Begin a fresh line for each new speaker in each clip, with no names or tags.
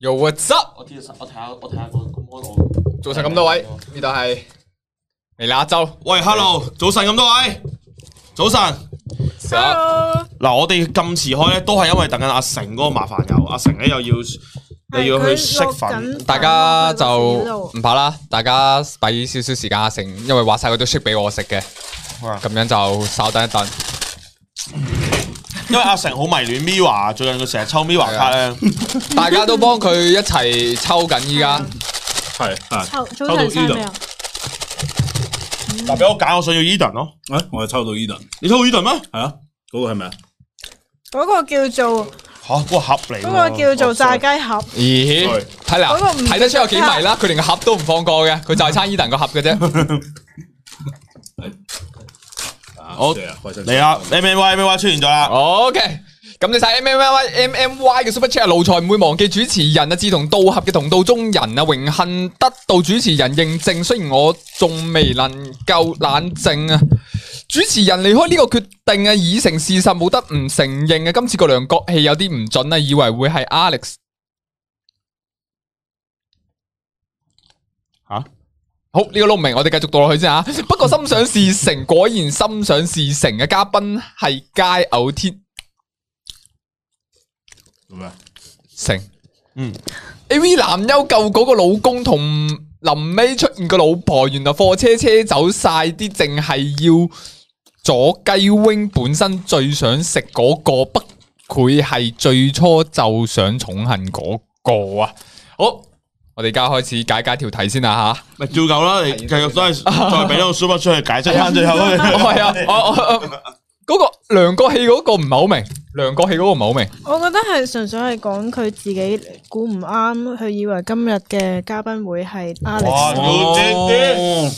Yo what's up？
我睇下我睇下我睇下個 model。
早晨咁多位，呢度係嚟那州。
喂，hello，早晨咁多位，早晨。嗱，我哋咁遲開咧，都係因為等緊阿成嗰個麻煩友，阿成咧又要你要去識粉，
大家就唔怕啦，大家俾少少時間阿成，因為話晒佢都 ship 俾我食嘅，
哇
咁樣就稍等一等。
因為阿成好迷戀 Miwa，最近佢成日抽 Miwa 卡咧，
大家都幫佢一齊抽緊依家，
係係，
抽哦早
到
晨晒
E 度
未啊？
嗱俾我揀，我想要 Eden 咯，
诶，我又抽到 Eden，
你抽 Eden 咩？
係啊，嗰個係咪啊？
嗰個叫做
吓，嗰個盒嚟喎，
嗰個啊叫做炸雞盒，
咦？
Sorry
睇
嗰個
嗱，
唔
睇得出有幾迷啦，佢連個盒都唔放過嘅，佢就係差 Eden 個盒嘅啫。
好
謝啊，開心
嚟啦，M M Y M M Y 出現咗啦，
OK，感謝晒 M M Y M M Y 嘅 Super Chat，奴才唔會忘記主持人啊，志同道合嘅同道中人啊，榮幸得到主持人認證，雖然我仲未能夠冷靜啊。主持人離開呢個決定啊，已成事實，冇得唔承認啊。今次個梁國氣有啲唔準啊，以為會係 Alex
吓。
好呢、個都唔明，我哋繼續讀落去先吓。啊不過心想事成，果然心想事成嘅嘉賓係佳偶天
咁啊，
成。
嗯
，A V 男優救嗰個老公同臨尾出現個老婆，原來貨車車走晒啲，淨係要左雞 wing 本身最想食嗰、個，不佢係最初就想寵幸嗰個啊。好，我哋而家開始解解條題先啦吓。
咪照舊啦，你繼續都係再俾多個 super 出去解釋翻最後 嗰
我係
句。
啊，我我我嗰個梁國氣嗰個唔係好明，梁國氣嗰個唔係好明。
我覺得係純粹係講佢自己估唔啱，佢以為今日嘅嘉賓會係
哇
Alex。
要知啲
哦，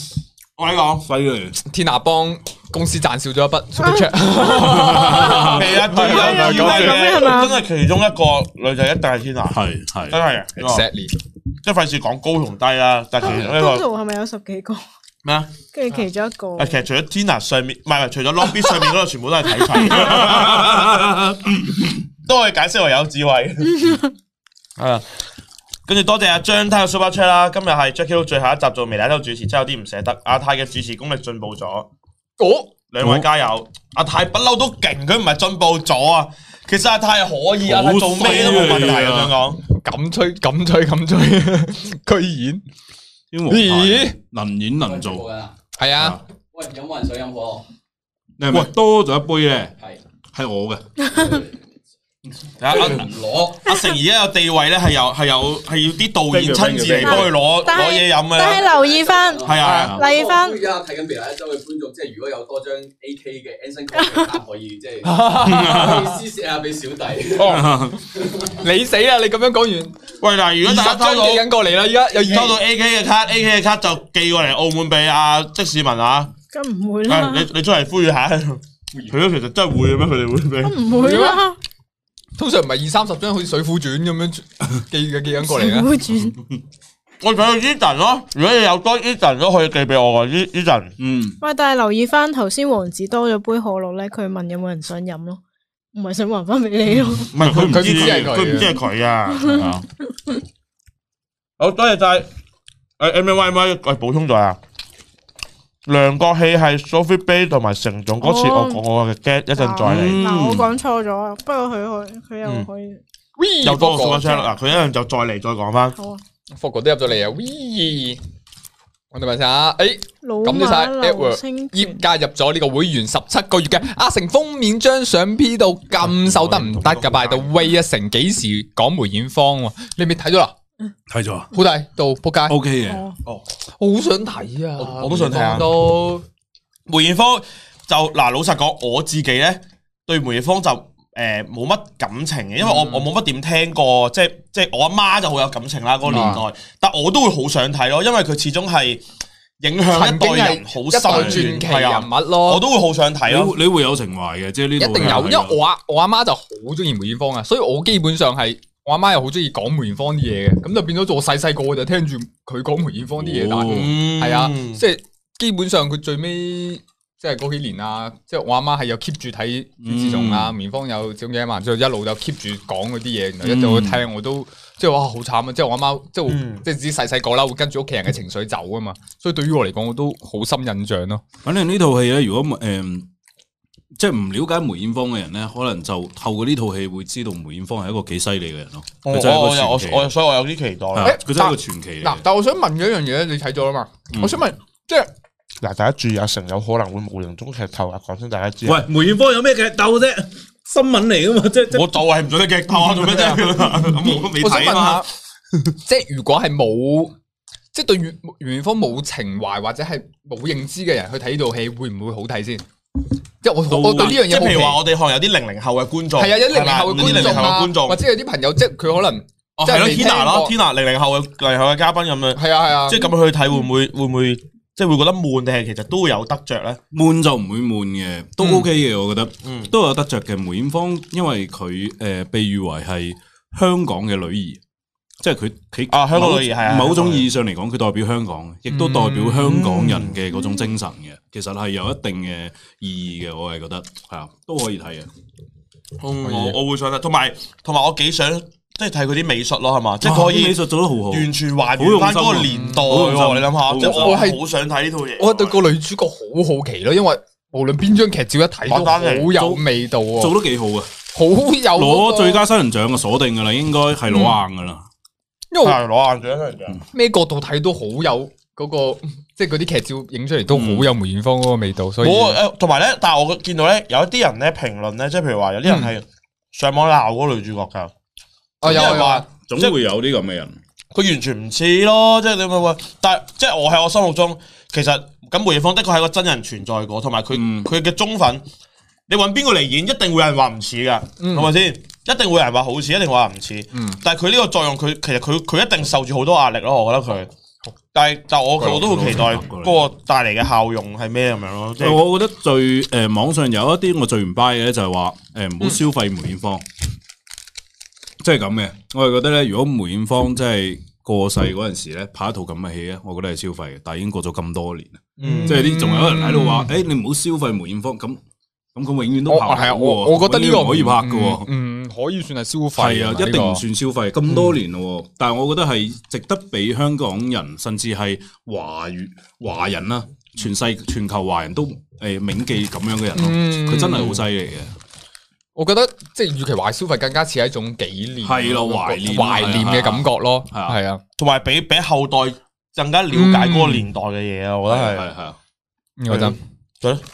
我你講，
犀利，
天下幫公司賺少咗一筆 super check，
未
係啊
啊，真係
係啊
係嘛
真係其中一個女仔一定係天下，
係
真係嘅，
係，
，exactly。
即係費事講高同低啦，但係其中一個
Total 係咪有十幾個？
咩啊？
跟住其中一 個，
啊，其實除咗 Tina 上面，唔係唔係，除咗 Lobby 上面嗰度，全部都係睇齊，都可以解釋為有智慧。啊，跟住多謝阿張太嘅 Super Chat 啦，今日係 Jackie Lou 最後一集做微奶都主持，真係有啲唔捨得。阿泰嘅主持功力進步咗，
哦，
兩位加油！阿泰不嬲都勁，佢唔係進步咗啊，其實阿泰係可以，阿泰做咩都冇問題
好犀利
咁
啊
樣講。
咁吹咁吹咁吹， 居然
天王
咦
牌能演能做，
係啊！
喂，有冇人想飲火？
你係咪多咗一杯咧？
係
係我嘅，
啊
佢
阿
唔攞，
阿成而家有地位咧，係有係有係要啲導演親自嚟幫佢攞
但
攞
係
嘢飲嘅啊
但
啦。
係留意翻，
係啊。
留意翻
而家睇緊未來一周嘅觀眾，即係如果有多張 AK 嘅 Anson Cole 嘅衫，可以即係可以施舍下俾小弟。
你死啦！你咁樣講完，
喂，嗱，如
二
果
十
大家
張
收到
寄緊過嚟啦，而家有
收
二
到 A K 嘅卡，A K 嘅卡就寄過嚟澳門俾阿即市民啊！
咁唔會
啊
啦，
你你出嚟呼籲下，佢都其實真係會嘅咩？佢哋會俾
唔會啦，
通常唔係二三十張，好似《水滸傳》咁樣寄嘅寄緊過嚟啊
唔
啦。
會轉。
我想要 Edan 咯，如果你有多 Edan 都可以寄俾我啊！E Edan
嗯，
喂，但係留意翻頭先王子多咗杯可樂咧，佢問有冇人想飲咯，唔係想還翻俾你咯。
唔係佢唔
佢唔
知，
知係佢
佢唔知係佢啊！
嗯
好多謝晒誒 M M Y Y，喂補充咗啊！梁國器係 Sophie Bay 同埋成總嗰次
哦
我講我嘅 get，一陣再嚟，
嗱，我講錯咗，不過佢可佢又可以
We
又多個
個
super chat 啦！嗱佢一陣就再嚟再講翻。
好啊。
f o g 都入咗嚟啊！We 我哋問下，誒。
老
感謝晒
馬
Edward
流星
叶
拳，
加入咗呢個會員十七個月嘅阿成封面張相 P 到咁瘦得唔得噶？By the way，阿成幾時講梅艷芳喎？你未睇咗啦？
睇咗
好大到仆街，
啊，OK 嘅，
哦
我好想睇啊！
我我都想睇啊
都
梅艷芳就嗱，老實講，我自己咧對梅艷芳就誒冇乜感情嘅，因為我、
嗯
我冇乜點聽過，即係即係我阿媽就好有感情啦嗰、個年代，
嗯
但我都會好想睇咯，因為佢始終係影響一
曾經
代
係
人
一代
好
傳
深遠，
奇
係
人
啊，
物
我
咯，
都會好想睇
你
咯。
會你會有情懷嘅，即係呢
一
度
定有，
係啊
因為我阿我阿媽就好中意梅艷芳啊，所以我基本上係我阿媽又好中意講梅艷芳啲嘢嘅，咁就變咗我細細個我就聽住佢講梅艷芳啲嘢，但係
哦
嗯
係啊，即係基本上佢最尾即係嗰幾年啊，即係我阿媽係有 keep 住睇朱自重
嗯
啊，棉芳有種嘢嘛，之後一路就 keep 住講嗰啲嘢，然後一路聽我都即係哇好慘啊！即係我阿媽即係會
嗯
即係自己細細個啦，會跟住屋企人嘅情緒走啊嘛，所以對於我嚟講我都好深印象咯。
反正呢套戲咧，如果诶、嗯即係唔了解梅艷芳嘅人咧，可能就透過呢套戲會知道梅艷芳係一個幾犀利嘅人咯。
我
佢真係一個
我我
傳奇
我我所以我有啲期待。
係啊
誒
佢真係一個傳奇嚟
嗱
嘅，。
但我想問嘅一樣嘢，你睇咗啦嘛？
嗯
我想問，即係
嗱，大家注意阿成有可能會無形中劇透啊！講真，大家知啊。
喂，梅艷芳有咩劇鬥啫？新聞嚟噶嘛，即即
我就係唔想你劇透啊！做咩啫？ 咁我都未
我想問
睇啊嘛。
下， 即係如果係冇，即係對袁袁方冇情懷或者係冇認知嘅人去睇呢套戲，會唔會好睇先？即係我我我對呢樣
即
嘢
係
好奇，
譬如話，我哋可能有啲零零後嘅觀眾，
係啊，有啲零
係
零
嘛
後嘅
有啲
觀
00
眾
後嘅
啊
觀眾，
或者有啲朋友，即係佢可能
哦
即係
係咯
未聽
，Tina 啦
過
，Tina 零零後嘅零零後嘅嘉賓咁樣，
係啊係啊
即，係咁樣去睇，會唔會會唔會即係會覺得悶定係其實都會有得着咧？
悶就唔會悶嘅，都 OK 嘅，我覺得，
嗯
都有得着嘅。梅艷芳因為佢诶、呃被譽為係香港嘅女兒，即係佢佢
啊香港女兒嗯係啊
某某種
香港女兒
意義上嚟講，佢代表香港，亦都代表香港人嘅嗰種精神嘅，其實係有一定嘅意義嘅，我係覺得係啊，都可以睇嘅。
可以
嗯我我會想睇，同埋同埋我幾想即係睇佢啲美術咯，係嘛？即係佢可
哇美
以
術做得好好，
完全還原翻嗰個年代
好用心啊
喎。你諗
好
下，
用
即
心
係我
我係
係好想睇呢套嘢。
我對個女主角好好奇咯，因為無論邊張劇照一睇都好有味道
做
喎，
得幾好啊！
好有嗰
攞
個
最佳新人獎啊，鎖定噶啦，應該係
嗯
攞硬噶啦。
因為
係啊攞眼獎真係㗎
咩角度睇都好有嗰個， 即係嗰啲劇照影出嚟都好
嗯
有梅艷芳嗰個味道，所以
我
啊
誒同埋咧，但係我見到咧有一啲人咧評論咧，即係譬如話有啲人係上網鬧嗰個女主角㗎，
嗯啊有
有
有
人話
啊。
總
即係
會有啲咁嘅人，
佢完全唔似咯，即係你咪話，但係即係我喺我心目中，其實咁梅艷芳的確係個真人存在過，同埋佢
嗯
佢嘅忠粉，你揾邊個嚟演，一定會有人話唔似噶，
嗯
係咪先？一定會有人話好似，一定話唔似。
嗯
但係佢呢個作用，佢其實佢佢一定受住好多壓力咯，我覺得佢。但係但我
過嚟
我都好期待
過嚟過嚟
嗰個帶嚟嘅效用係咩咁樣咯，即係
呃我覺得最誒、呃、網上有一啲我最唔 buy 嘅咧，就係話誒唔好消費梅艷芳，即係咁嘅。我係覺得咧，如果梅艷芳即係過世嗰陣時咧，拍一套咁嘅戲咧，我覺得係消費嘅，但係已經過咗咁多年啦，
嗯
即係啲仲有人喺度話，誒、你唔好消費梅艷芳，咁咁佢永遠都
我
拍唔到
係啊，
喎
我我覺得呢個
永遠唔可以拍嘅喎。
嗯，嗯可以算係消費
係啊，一定唔算消費，咁多年咯喎。但係我覺得係值得俾香港人，甚至係華語華人啦，全世全球華人都誒銘記咁樣嘅人咯。
嗯
啊佢真係好犀利嘅，
我覺得即係，與其話消費，更加似係一種紀念，
係咯懷念啊
懷念嘅感覺咯，
係啊
係啊，
同埋俾俾後代更加了解
嗯
嗰個年代嘅嘢啊，我覺
係
得係
係。係啊。
我覺得
係咯，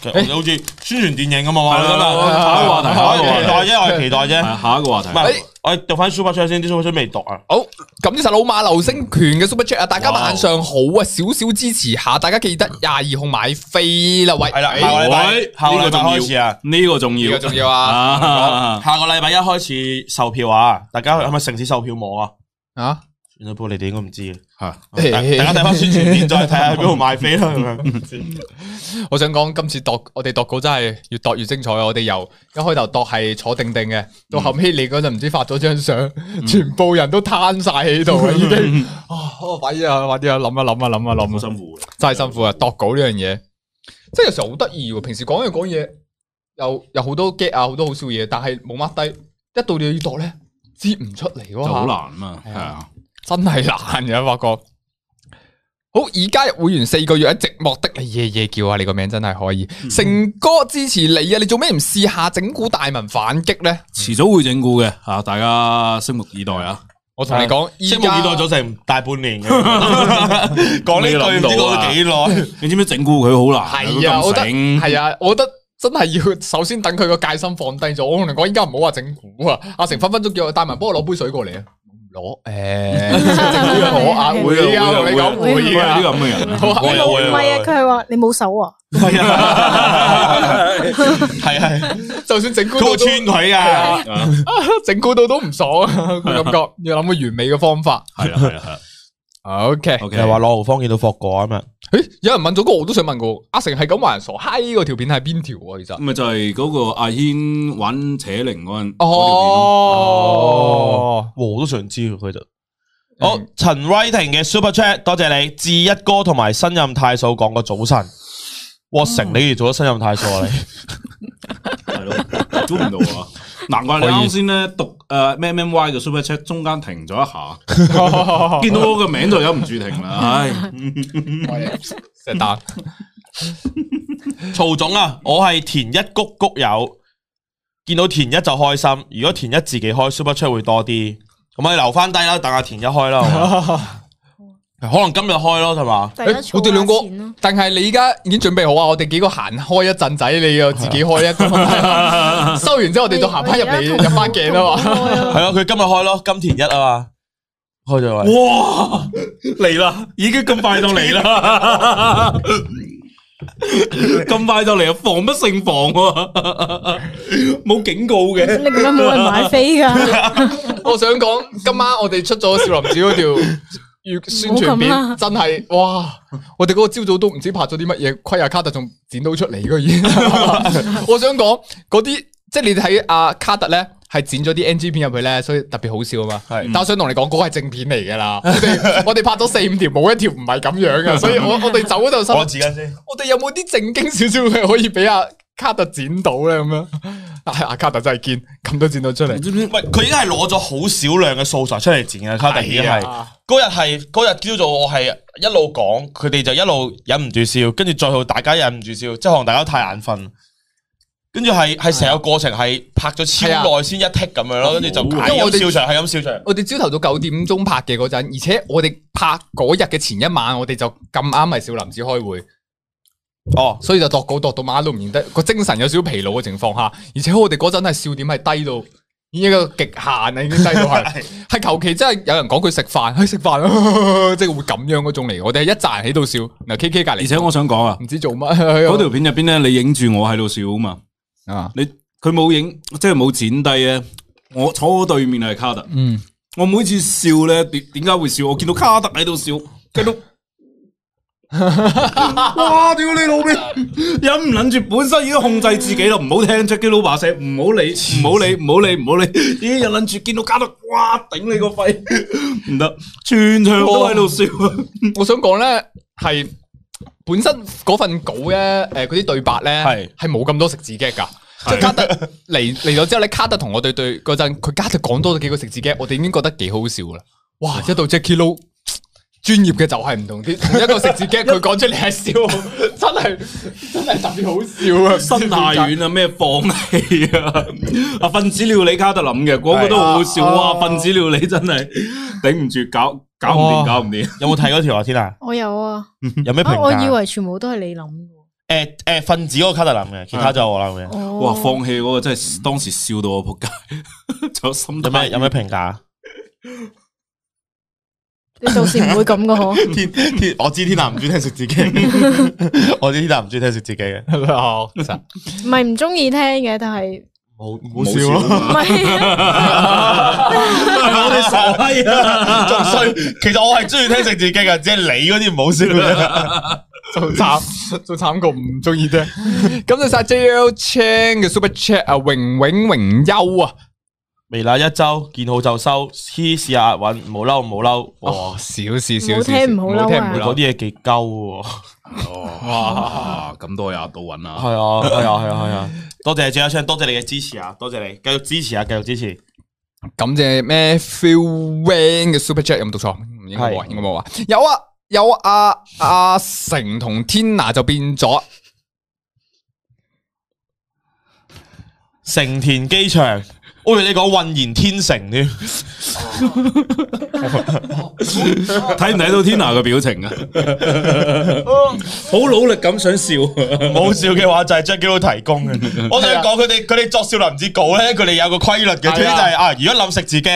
其實好似宣傳電影咁啊嘛，
係
我覺得
啦下一個話題
我係期
下一個
待
話
啫，我係期待啫。
係啊下一個話題
唔。係
哎，
我哋讀翻 super chat 先，啲 super chat 未讀啊。
好，感謝晒老馬流星拳嘅 super chat 啊！大家
哇
晚上好啊，少少支持下，大家記得廿二號買飛啦，喂，
係啦，
哎
下個禮
喂
拜，下個
呢個
禮拜
重要
開始啊。
呢個重
呢
要
個，重要啊
啊！
下個禮拜一開始售票啊！大家係咪城市售票網啊？
啊！
算啦，不過你哋應該唔知嘅。
嚇
大大家睇翻宣傳片，再睇下邊度買飛啦。咁樣
我想講今次度我哋度稿真係越度越精彩啊！我哋由一開頭度係坐定定嘅，到後尾你嗰陣唔知發咗張相，全部人都攤晒喺度啊！已經啊，啊快啲啊，快啲啊，諗啊諗啊諗啊
好
諗啊，
辛苦嘅，
真係辛苦啊！度稿呢樣嘢，即係有時候好得意喎。平時講嘢講嘢，又有好多 get 啊，好多好笑嘢，但係冇 mark 低，一到你要度咧，知唔出嚟
就
喎。
好
嚇
難啊嘛，係啊。
真係難嘅，發覺。好，而加入會員四個月喺寂寞的你夜夜叫啊！你個名真係可以，成哥支持你啊！你做咩唔試下整蠱大文反擊咧？
遲早會整蠱嘅嚇，大家拭目以待啊！
我同你講，依
拭目以待
家
咗成大半年嘅，講呢句唔知講咗幾耐。
你知唔知整蠱佢好難？
係啊，我覺得
佢咁醒
係啊，我覺得真係要首先等佢個戒心放低咗。我同你講，依家唔好話整蠱啊！阿成分分鐘叫我大文幫我攞杯水過嚟啊！攞誒， 攞啊會啊！我同你講會啊！
呢個咁嘅人啊。
好 啊
會啊
唔
會啊
係啊，佢係話你冇手啊，
係啊，係啊，
就算整蠱
佢
到
會
都
穿佢噶。
整蠱到都唔爽 啊！個感覺要諗個完美嘅方法。
系啦系啦系啦
OK，
啊，OK，
又話羅浩芳見到霍哥啊嘛，
诶，有人問咗個我都想問個，阿成係咁話人傻閪嗰條片係邊條啊？其實
咪就係嗰個阿軒玩扯鈴嗰陣嗰條片咯，
哦，
我都想知佢就。哦好，陳 Writing 嘅 Super Chat，多謝你。志一哥同埋新任太嫂講個早晨，哇！成你哋做咗新任太傻啊你，
系咯，估唔到啊！难怪你啱先咧讀诶咩咩 Y 嘅 Super Chat 中間停咗一下，見到我個名就忍唔住停啦，唉，哦
石蛋
曹總啊，我係田一谷谷友，見到田一就開心。如果田一自己開 Super Chat 會多啲，咁我哋留翻低啦，等阿田一開啦，好嘛可能今日開咯，係嘛？
大家
誒我哋兩
儲
個
下錢咯。
但係你而家已經準備好啊！我哋幾個行開一陣仔，你又自己開一 個，收完之後我哋就行翻入嚟入翻鏡啊嘛。
係咯，佢今日開咯，金田一啊嘛，開咗位。
哇，嚟啦，已經咁快就嚟 啦，
咁快就嚟啊，防不勝防喎，
冇警告嘅。
你點解冇人買 飛㗎？
我想講今晚我哋出咗少林寺嗰條宣傳片
唔好咁啦，
真係哇！我哋嗰個朝早都唔知拍咗啲乜嘢，虧阿卡特仲剪到出嚟嗰已 經。我想講嗰啲，即係你睇阿卡特咧。係剪咗啲 NG 片入去咧，所以特別好笑啊嘛。
係
嗯
但我想同你講，嗰、個係正片嚟㗎 啦。我哋我哋拍咗四五條，冇一條唔係咁樣啊嘅，所以我
嗯
我哋走嗰度心諗
我自己先。
我哋有冇啲正經少少嘅可以俾阿卡特剪到咧？咁樣，但係阿卡特真係堅，咁都剪到出嚟。
知唔知？
喂，佢已經係攞咗好少量嘅素材出嚟剪嘅，卡特已經係
係啊
嗰日係嗰日朝早，我係一路講，佢哋就一路忍唔住笑，跟住最後大家忍唔住笑，即係可能大家太眼瞓，跟住係係成個過程係啊拍咗超耐先一剔咁樣咯，跟住就係
因為我哋
咁笑場，係咁笑場。
我哋朝頭早九點鐘拍嘅嗰陣，而且我哋拍嗰日嘅前一晚，我哋就咁啱係少林寺開會，
哦，
所以就度稿度到晚都唔認得，個精神有少少疲勞嘅情況下，而且我哋嗰陣係笑點係低到。已經一個極限啊，已經低到 係，係求其真係有人講佢食飯，去食飯啊，即係會咁樣嗰種嚟。我哋係一扎人喺度笑，嗱 K K 隔離，
而且我想講啊，
唔知做乜嗰
嗰條片入邊咧，你影住我喺度笑啊嘛，
啊，
你佢冇影，即係冇剪低咧，我坐我對面係卡特，
嗯，
我每次笑咧，點點解會笑？我見到卡特喺度笑，跟到。哇！屌你老味，忍唔捻住，本身已經控制自己啦，唔好聽 Jackie Lou 把聲，唔好理，唔好理，唔好理，唔好理，已經忍捻住，見到卡特，哇！頂你個肺，唔得，全場都喺度笑。
我想講咧係本身嗰份稿咧，诶，嗰啲對白咧
係
係冇咁多食字 gag 噶。即係卡特嚟嚟咗之後咧，卡特同我對對嗰陣，佢卡特講多咗幾個食字 gag，我哋已經覺得幾好笑噶啦。哇！一到 Jackie Lou 專業嘅就係唔同啲，同一個食字 gag 佢講出嚟係笑， 真係真係特別好笑啊！
心太軟啊，咩放棄啊？啊，分子料理卡特諗嘅，嗰個都好好笑
啊
哇！分子料理真係頂唔住，搞搞唔
哇
掂，搞唔掂。
有冇睇嗰條啊？天 啊，
我有啊，
有咩評
啊我以
價？
為全部都係你諗嘅喎。
誒誒，分子嗰個卡特林嘅，其他就我諗嘅。
哦
哇！放棄嗰個真係當時笑到我仆街， 就心
有
太
咩有
軟
咩評價？
你到時唔會咁嘅嗬？
天天，我知天南唔中意聽食自己， 我知天南唔中意聽食自己嘅，
唔係唔中意聽嘅，但係
冇冇笑咯。
唔係
我哋傻閪啊，仲衰。其實我係中意聽食自己噶，只係你嗰啲唔好笑啦。
仲慘，仲慘過唔中意啫。咁就晒 JL Chan 嘅 Super Chat 啊，榮永榮優啊，
微辣一周見好就收，黐試下押韻，唔好嬲唔好嬲。哇，
哦，少事
唔
少事，
好聽唔好嬲啊
聽唔
佢
好
嗰
嬲。
啲嘢幾鳩喎。
哇！咁多嘢都揾啊
係！啊，係啊，係啊，係啊。多謝 J 一昌，多謝你嘅支持啊，多謝你，繼續支持啊，繼續支持。
感謝咩 Phil Wang 嘅 Super Chat 有冇讀錯？應該冇啊，
係
應該冇啊。有啊，有啊，阿阿成同 Tina 就變咗
成田機場，我以為你講渾然天成添，
睇唔睇到 Tina 嘅表情啊？
好努力咁想笑，
冇笑嘅話就係 Jackie Lou 提供 嘅。我想講佢哋佢哋作少林寺稿咧，佢哋有個規律嘅，總之就啊係啊，如果諗食字 g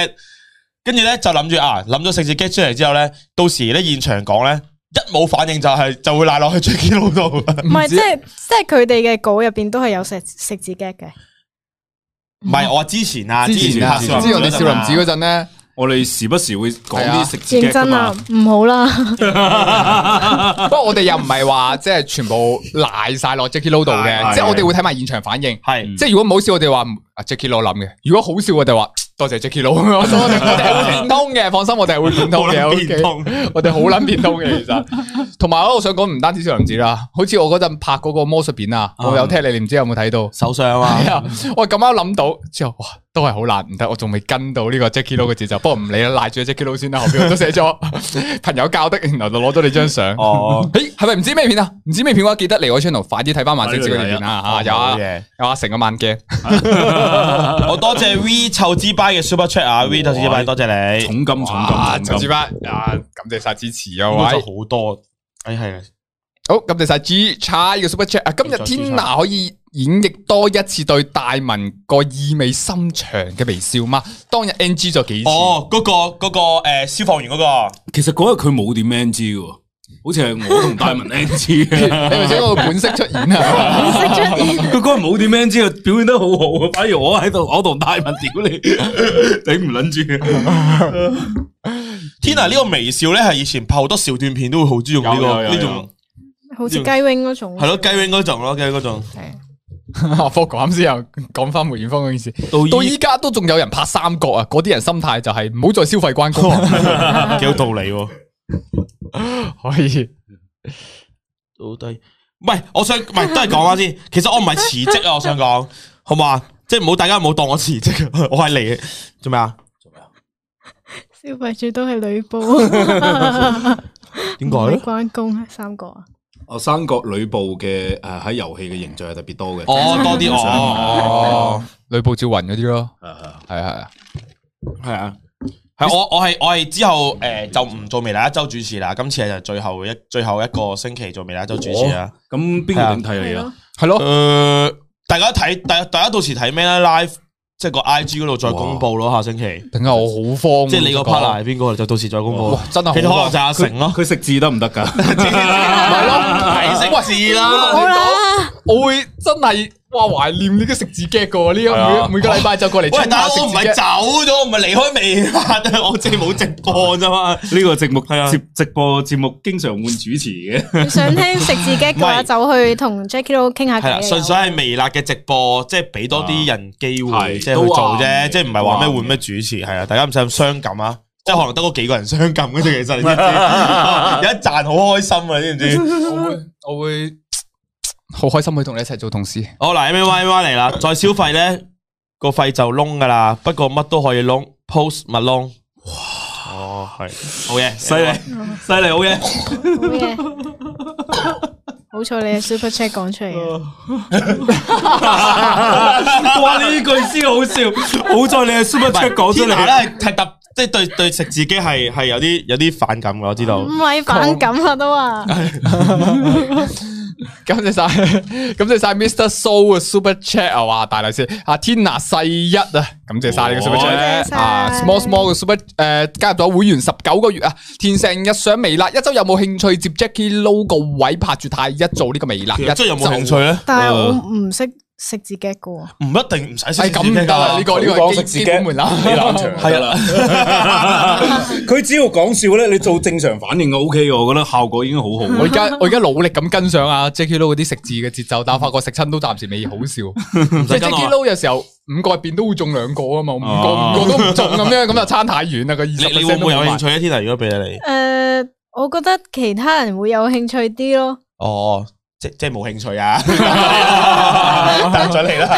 跟住咧就諗住啊，諗咗食字 g 出嚟之後咧，到時咧現場講咧，一冇反應就係就會賴落去 Jackie Lou 度。
唔係即係即係佢哋嘅稿入邊都係有食食字 get 嘅。
唔 係我之前啊，
之
之前
前啊，
拍
之
少
前我
林
哋
寺
少林寺嗰陣咧，
我哋時不時會講
係啊
啲食字
認
gag 㗎
真啊
嘛。，
唔好啦，
不過我哋又唔係話即係全部賴晒落 Jackie Lou 度
係
嘅，
係
即係我哋會睇埋現場反應。嗯
係
即係如果唔好笑，我哋話唔啊 Jackie Lou 諗嘅；如果好笑，我哋話多謝 Jackie 佬，我我哋會變通嘅，放心，我哋係會變通嘅
好
OK
變通，
我哋好捻變通嘅，其 實。同埋我想講唔單止少林寺啦，好似我嗰陣拍嗰個魔術片啊，我有聽你，你唔知有冇睇到？
手上啊
係啊，我咁啱諗到之後，哇，都係好難，唔得，我仲未跟到呢個 Jackie 佬嘅節奏。不過唔理啦，賴住 Jackie 佬先啦，後邊我都寫 咗朋友教的，然後就攞咗你張相。
哦，
诶，係咪啊唔知咩片啊？唔知咩片嘅話，記得嚟我 channel，快啲睇翻萬聖節嗰條片啦吓，有啊
好，嘢
有啊，成個萬嘅。
我多謝 V 臭之巴嘅 Super Chat 啊，V 臭之巴多謝你，
重金重
啊，陳
金重
志
金，
巴啊，感謝晒支持啊，
咁
喂
就。好多，哎係啊，
好，感謝晒 G 差嘅 super chat 啊！今日天娜可以演繹多一次對大文個意味深長嘅微笑嗎？當日 NG 咗幾次？
哦，嗰個嗰個誒消防員嗰個。啊
其實嗰日佢冇點 NG 嘅喎，好似係我同戴文 NG
你
嘅。
咪想我本色出演啊？
佢嗰日冇點 NG 啊，表現得好好啊，反而我喺度，我同戴文屌 你，頂唔撚住。
天啊！呢個微笑咧係以前拍好多小短片都會好注重呢
有
個
有有
呢種
有，
好似雞 wing 嗰種，
係咯雞 wing 嗰種咯，雞 wing 嗰種。
阿科哥啱先又講翻梅艷芳嗰件事，
到
到依家都仲有人拍三角啊！嗰啲人心態就係唔好再消費關公，
几有道理 喎。
可以
到底唔系，我想唔系都系讲翻先。其實我唔係辭職啊，我想講好嘛，即系唔好大家唔好當我辭職啊， 我係嚟做咩啊？
消費主都係呂布，點
點解咧？
關公啊，三個啊，
我哦三角女部嘅誒喺遊戲嘅形象係特別多嘅。啊
哦，多 啲哦，
呂布趙雲嗰啲咯，係啊係啊，
係啊，
係我我係我係之後诶就唔做微辣一周主持啦，今次係就最後一最後一個星期做微辣一周主持啦。
咁邊個頂替你
係
啊
咯？，
係咯，
呃诶，大家睇大大家到時睇咩咧？live 即係個 I G 嗰度再公佈咯，下星期。
等下我好慌，
即係你個 partner 係邊個，就到時再公佈
哇。真係好
其實可能
慌
就係阿成咯。
佢食字得唔得 㗎？
係咯，啊提識字啦。
我啦，我會真係哇懷念呢個食字 get 噶呢個每每個禮拜就過嚟
啊喂
沖，下
但
食
係我唔係
字
走咗，我唔係離開微辣，啊 我淨係冇直播啫嘛。
呢個節目
係啊
接直播節目經常換主持嘅。
你想聽食字雞嘅
唔係
話，走去同 Jackie 佬傾下
係
偈
啦，
啊。
純粹係微辣嘅直播，即係俾多啲人機會，
係
即係去做
都啱
啫，
嘅
即係唔係話咩換咩主持，係啊，大家唔使咁傷感啊。即係可能得嗰幾個人傷感嘅啫，其實你知唔知？有一賺好開心啊，你知唔知？
我會我會好開心去同你一齊做同事。
好嗱，M Y Y 嚟啦，再消費咧個肺就窿噶啦，不過乜都可以窿，post 麥窿。哇！哦，係好嘢，
犀利，犀利，好嘢！
好嘢，好彩你係 super chat 講出嚟嘅，
哇，呢句先好笑，好在你系 super
唔係
chat 讲出
Tina
嚟，
咧係特即係對對食自己係係有啲有啲反感嘅，我知道
唔。係反感啊都話，
感謝晒， 感謝晒 Mr. So 嘅 Super Chat 啊，哇，大利先啊，Tina 細一啊，感謝晒你嘅 Super
多謝
Chat
晒
啊，Small Small 嘅 Super 誒加入咗會員十九個月啊，田成日上微辣一周有冇興趣接 Jackie Lou 個位拍住太一做呢個微辣一
即係有冇興
周
趣？咧？
但係我唔識食字雞嘅喎。
唔一定唔使食
係咁唔得啦，呢個呢
佢啊講
個
食
基
自己
基本門檻。
係啦，
佢只要講笑咧，你做正常反應我 OK 嘅，我覺得效果已經好好。
我而家我而家努力咁跟上啊 Jackie Lou 嗰啲食字嘅節奏，但我發覺食親都暫時未好笑。即係
跟我啊
Jackie Lou 有時候五個入邊都會中兩個啊嘛，五
哦
個五個都唔中咁樣，咁就差太遠啦。個二
你
十
你會唔會有興
趣？
趣咧？天啊，如果俾你，
诶、我覺得其他人會有興趣啲咯。
哦，即即係冇興趣 啊，答咗你啦。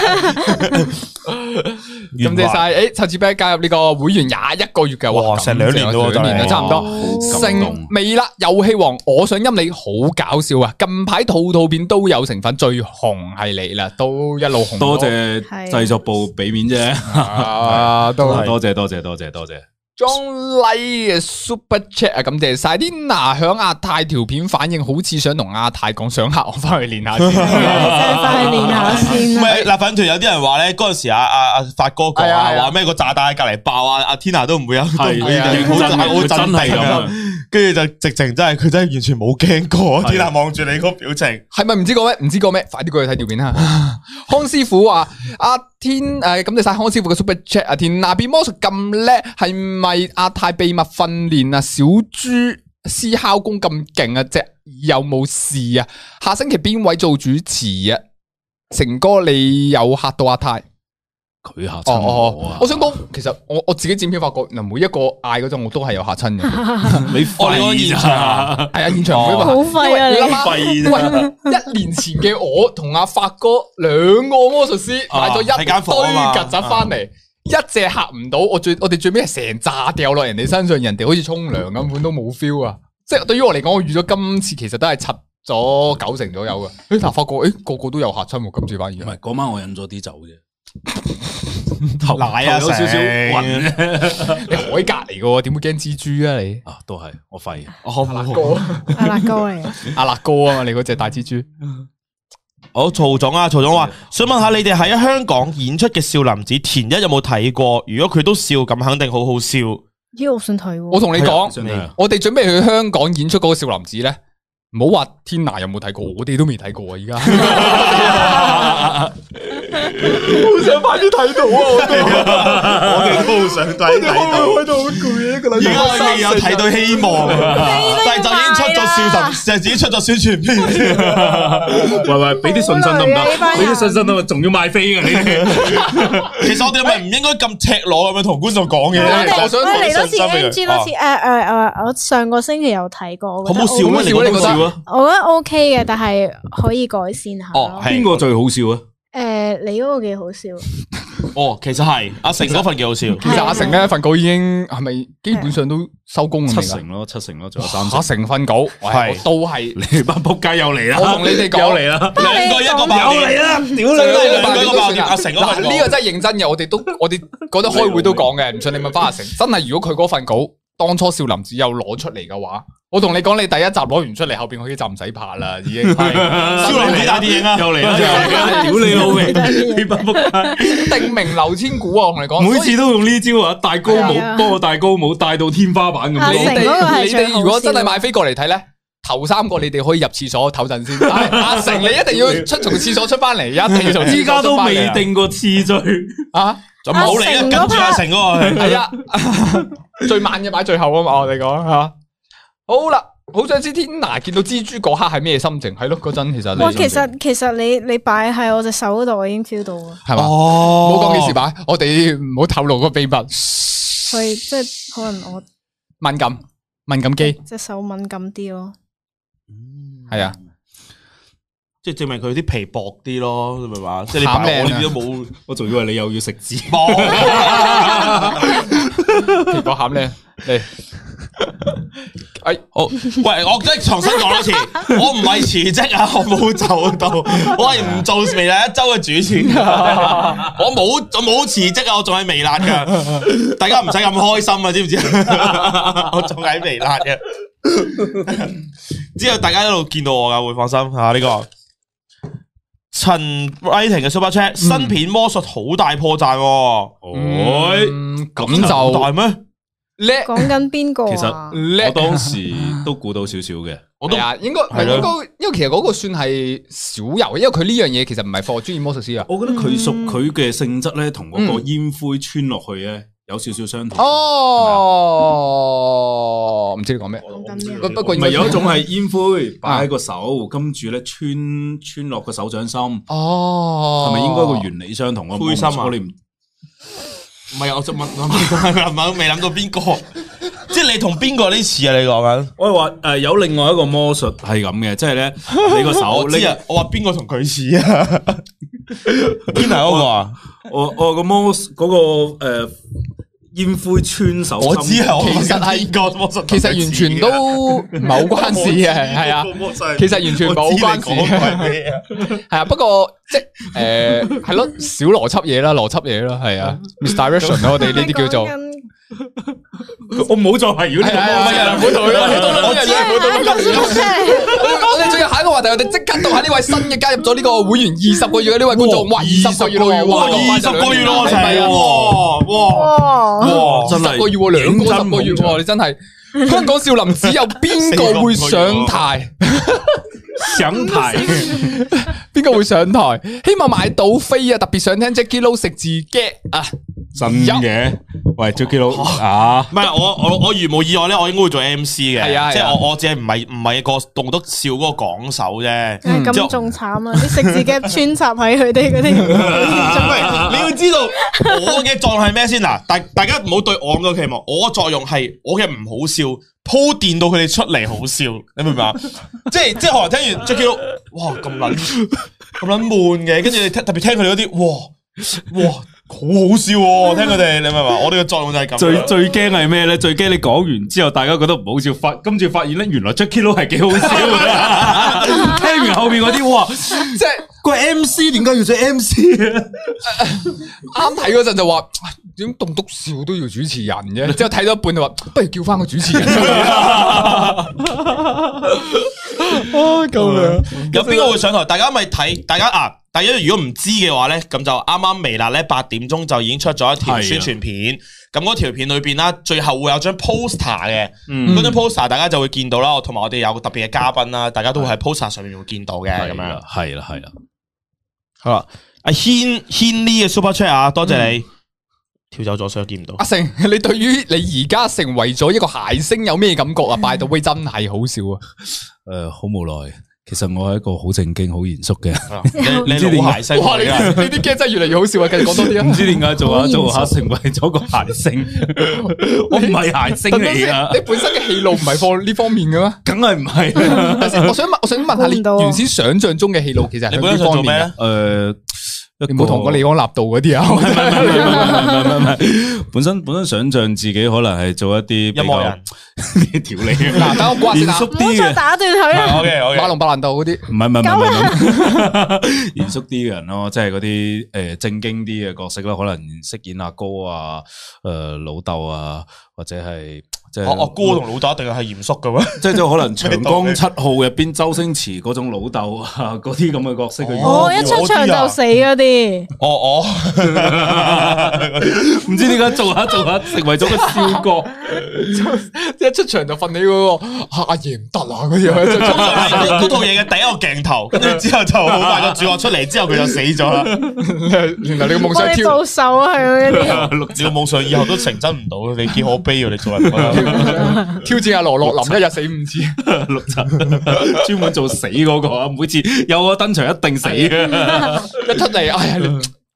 咁謝晒，誒陳志斌加入呢個會員廿一個月嘅，
哇成兩年咯
感謝兩
啊
年啦，
真係
差唔多。
哦
成未啦，遊戲王，我想音你好搞笑啊！近排套套片都有成分，最紅係你啦，都一路紅。
多謝製作部俾面啫，
啊，都係
多謝多謝多謝多謝。
John Lee 嘅 Super Chat 啊，感謝晒 Lina 響阿泰條片反應，好似想同阿泰講想嚇我翻去練下先。
真 係翻去練下先
唔
啦。
係辣粉團有啲人話咧，嗰陣時阿阿阿發哥講
係啊
啊，
係啊
話咩個炸彈喺隔離爆啊，阿 Tina 都唔會有，都唔會
係
係啊
認好
真係
好
真
真
係
係
咁
咁
啊。
跟住就直情真係佢真係完全冇驚過
係啊
，Tina 望住你嗰個表情。
係咪唔知個咩？唔知個咩？快啲過去睇條片啦！ 康師傅話：阿天誒，感謝晒康師傅嘅 Super Chat 啊！田娜變魔術咁叻，係咪阿泰秘密訓練啊？小豬思考功咁勁啊！隻耳有冇事啊？下星期邊位做主持啊？成哥，你有嚇到阿泰？
佢吓
哦
亲我
哦
啊！，
我想講，其實我我自己剪片發覺，嗱每一個嗌嗰種我都係有嚇親 嘅，
哦你
我哋嗰個
廢
現
咋？
係啊，現場唔
哦
會
好
話
廢啊
因為
你
諗！下
廢
喂，一年前嘅我同阿發哥兩個魔術師買咗一
啊喺
堆
間房啊嘛
曱甴翻嚟，一隻嚇唔到，我最我哋最尾係成炸掉落人哋身上，人哋好似沖涼咁，本都冇 feel 啊！即係對於我嚟講，我預咗今次其實都係柒咗九成左右嘅。誒，但發覺誒個個都有嚇親喎，今次反而
唔系嗰晚我飲咗啲酒啫，
奶啊，
頭有少少
成
暈
你海格嚟嘅喎，點會驚蜘蛛啊你？
啊，都係我廢。
哦
阿辣哥嚟啊，
阿辣哥啊嘛，你嗰隻大蜘蛛。
好，曹總啊，曹總話想問下你哋喺香港演出嘅少林寺田一有冇睇過？如果佢都笑，咁肯定好好笑。
咦我想睇
我
喎，
同你講，
真係啊
我哋準備去香港演出嗰個少林寺咧，唔好話天娜有冇睇過，我哋都未睇過啊！而家好想快啲睇到啊！
我哋都好想睇睇
到好攰啊！個
而 家我未有睇到希望，啊但係就已經出咗少林，就已經出咗宣傳片。
喂喂，俾啲信心得唔
好累啊呢班
得？
人
俾啲信心得唔得？仲要買飛嘅你哋？
其實我哋咪唔應該咁赤裸咁樣同觀眾講嘅。
我哋
其實
我想
我
同
嚟多
信
次
心俾佢
NG 多次，诶诶诶，我上個星期有睇過，我
好
覺
唔
得
好笑啊？
好
你
笑啊
覺
你
得
覺得
笑啊？
我覺得 OK 嘅，但係可以改善下咯。
哦係
邊個最好笑啊？
诶，你嗰個幾好笑，
哦，其實係阿成嗰份幾好 笑。
其實阿成咧份稿已經係咪基本上都收工咁
七
嚟㗎
成咯，七成咯，仲有三
阿
成。
成份稿，喂
係
我都係
你班仆街又嚟啦！
我同你哋講
又嚟啊啦！
兩個一個爆
又嚟
點，
啦！屌
真
你！
係兩個一個爆點。阿成嗰
啊嗱
份稿
呢個真係認真嘅，我哋都我哋嗰啲開會都講嘅，唔信你問翻阿成。真係如果佢嗰份稿當初少林寺有攞出嚟嘅話，我同你講，你第一集攞完出嚟，後边嗰啲集唔使拍啦，已經 係。
少林寺大電影啊！
又嚟啦！又嚟啦！屌你老 味！你班仆街，
定名流千古啊！我同你講，
每次都用呢招啊！戴高
係啊
帽，幫我戴高帽，戴到天花板咁
阿
所以
成
你
高。
嗰
哋
個係啊
你
最好
哋如果真係
笑
買飛過嚟睇咧。頭三個你哋可以入廁所唞陣 先，但係阿成你一定要出從廁所出翻嚟，一定要從
依
廁
家
所
都
出返嚟
未定過次序。
啊！
就唔好嚟啦，跟
啊
住阿成嗰個。
系啊，最慢嘅擺最後啊嘛，我哋講吓。好啦，好想知天娜見到蜘蛛嗰刻係咩心情？係咯，嗰陣其實
哇，
你
其實其實你你摆喺我隻手嗰度，我已經 feel 到啊，
係嘛？
哦
唔好講幾時擺，我哋唔好透露個秘密。
所以即係可能我
敏感，敏感肌
隻手敏感啲咯。
係啊，
即係證明佢啲皮薄啲咯，你明嘛？即係你擺我呢啲都冇
我仲以為你又要食字。
薄。
結果喊咧嚟。哎，
好，喂，我真係重新講多次，我唔係辭職啊，我冇就到，我係唔做微辣一周嘅主持，我冇我冇辭職啊，我仲係微辣噶，大家唔使咁開心啊，知唔知？我仲喺微辣嘅，之後大家一路見到我噶，會放心吓呢個。陳 writing 嘅 super chat 新片魔術好大破綻喎，
哦，
嗯咁
大咩？
就叻
講緊邊個
其
啊？
實
叻
我當時都估到少少嘅。
我都
係啊，應該
係咯
應該，因為其實嗰個算係少有，因為佢呢樣嘢其實唔係 for 專業魔術師啊。
我覺得佢屬佢嘅性質咧，同嗰個煙灰穿落去咧，有少少相同。
哦，唔知你講咩？
講緊咩
不
啊？
不過
唔係有一種係煙灰擺喺個手，跟住咧穿穿落個手掌心，係
哦，
咪應該個原理相同啊？
灰心啊
我哋唔
唔係，我就問，我諗未諗到邊個，即係你同邊個呢次啊？你講緊，
我係話誒有另外一個魔術係咁嘅，即係咧你個 手
我知啊
呢，
我話邊個同佢似 啊？邊係嗰個啊？
我我個魔嗰個誒煙灰穿手心，
我知啊，我
其實係
邊個魔術同佢
其
似啊
實
嘅，
完全都唔係好關 事嘅，係啊，其實完全冇關事啊
事。
係啊。不過即係誒係咯，小邏輯嘢啦，邏輯嘢啦，係啊，misdirection 啦，我哋呢啲叫做
講緊
我唔好再係如果
係
你
啊係啊係啊，啊唔好同佢啦，唔好同佢啦，唔好同佢啦。我哋進入下一個話題，我哋即刻讀下呢位新嘅加入咗呢個會員二十個月嘅呢位觀眾，哇，二十個月咯，
哇，
哇，
二十個月咯，我齊
係啊
哇
哇！
哇
真
十個月喎，兩個十個月喎，你真係香港少林寺有邊個會上台？
想排。
邊個會上台？希望買到飛啊！特別想聽 Jackie Lou 食字 g 啊！
真嘅，喂，Jacky 佬啊，
唔係我我我如無意外咧，我應該會做 M C 嘅，
係啊係啊
即係我我只係唔係唔係個棟篤笑嗰個講手 啫。
唉
之
咁
後
仲慘啦！啲食字夾穿插喺佢哋嗰啲，
喂，你要知道我嘅作用係咩先嗱？大大家唔好對我咁多期望，我嘅作用係我嘅唔好笑鋪墊到佢哋出嚟好笑，你明唔明啊？ 即係即係可能聽完 Jacky 佬哇咁撚咁撚悶嘅，跟住你聽特別聽佢哋嗰啲，哇哇好好笑喎！聽佢哋，你明唔明啊？我哋嘅作用就係咁。
最最惊系咩咧？最惊你講完之後，大家覺得唔好笑，發跟住發現咧，原來 Jacky 佬係幾好笑 嘅。聽完後面嗰啲，哇，
即系
個 MC 點解要做 MC 啊？
啱睇嗰陣就話唉點棟篤笑都要主持人 嘅，之後睇到一半就話不如叫翻個主持人出嚟啊。嗯
有邊個會上台？大家咪睇，大家啊，大家如果唔知嘅話咧，咁就啱啱微辣咧八點鐘就已經出咗一條宣傳片。咁嗰條片裏邊啦，最後會有張 poster 嘅，嗰張 poster 大家就會見到啦。同埋我哋有個特別嘅嘉賓啦，大家都會喺 poster 上面會見到嘅咁樣。
係啦，係啦，
啊好啦，阿軒軒呢嘅 super chat 啊，多謝你跳走咗，所以見唔到
阿。成，你對於你而家成為咗一個諧星有咩感覺 啊？By the way，真係好笑啊！
诶，好無奈。其實我係一個好正經、好嚴肅嘅，
你
知
你
點解
老鞋聲
哇，你
嚟㗎
呢啲 g 真係越嚟越好笑啊！繼續講多啲
唔
啊！
知點解做
好
下
嚴肅
做下成為咗個諧星。 我唔係諧 星
等等
嚟
先
噶，
你，本身嘅戲路唔係放呢方面嘅咩？
梗係唔係。
等先我想問，我想問下
估唔到啊
你原先想象中嘅戲路其實係
你
向呢
本身想做
方
咩
面嘅
咧？
诶，
你唔好同我李安納度嗰啲
唔係唔係唔係唔係唔係唔
啊！
係本身本身想象自己可能係做一啲
音樂人
人 條理
嗱，等我掛先
嚴
啊
肅！
唔好
啲
再
嘅，
打斷佢啦。
，OK
馬
OK，
龍白蘭度嗰啲，
唔係唔係唔係唔係唔係 嚴肅啲嘅人咯，即係嗰啲诶正經啲嘅角色啦，可能飾演阿哥啊、诶老豆啊，或者係即係
我我哥同老豆一定係嚴肅嘅咩？
即係即係可能長江七號入邊周星馳嗰種老豆啊，嗰啲咁嘅角色嘅演
哦
我
繹。
一出場就死嗰啲，
我我
唔知點解做下做下成為咗個笑角。
一出場就瞓你嗰個啊阿爺唔得啊嗰 啲啊一出
通
場
常係嗰套嘢嘅第一個鏡 頭，跟住之後就好快個主角出嚟，之後佢就死咗啦。
原來你嘅夢
我
想
哋
挑
報仇啊佢嗰 啲。
六照夢想以後都成真唔到，你幾可悲啊！你做人，
挑戰阿羅 洛林一日死五次。
六集，專門做死嗰個啊！每次有我登場一定死嘅。
一出嚟，哎呀，你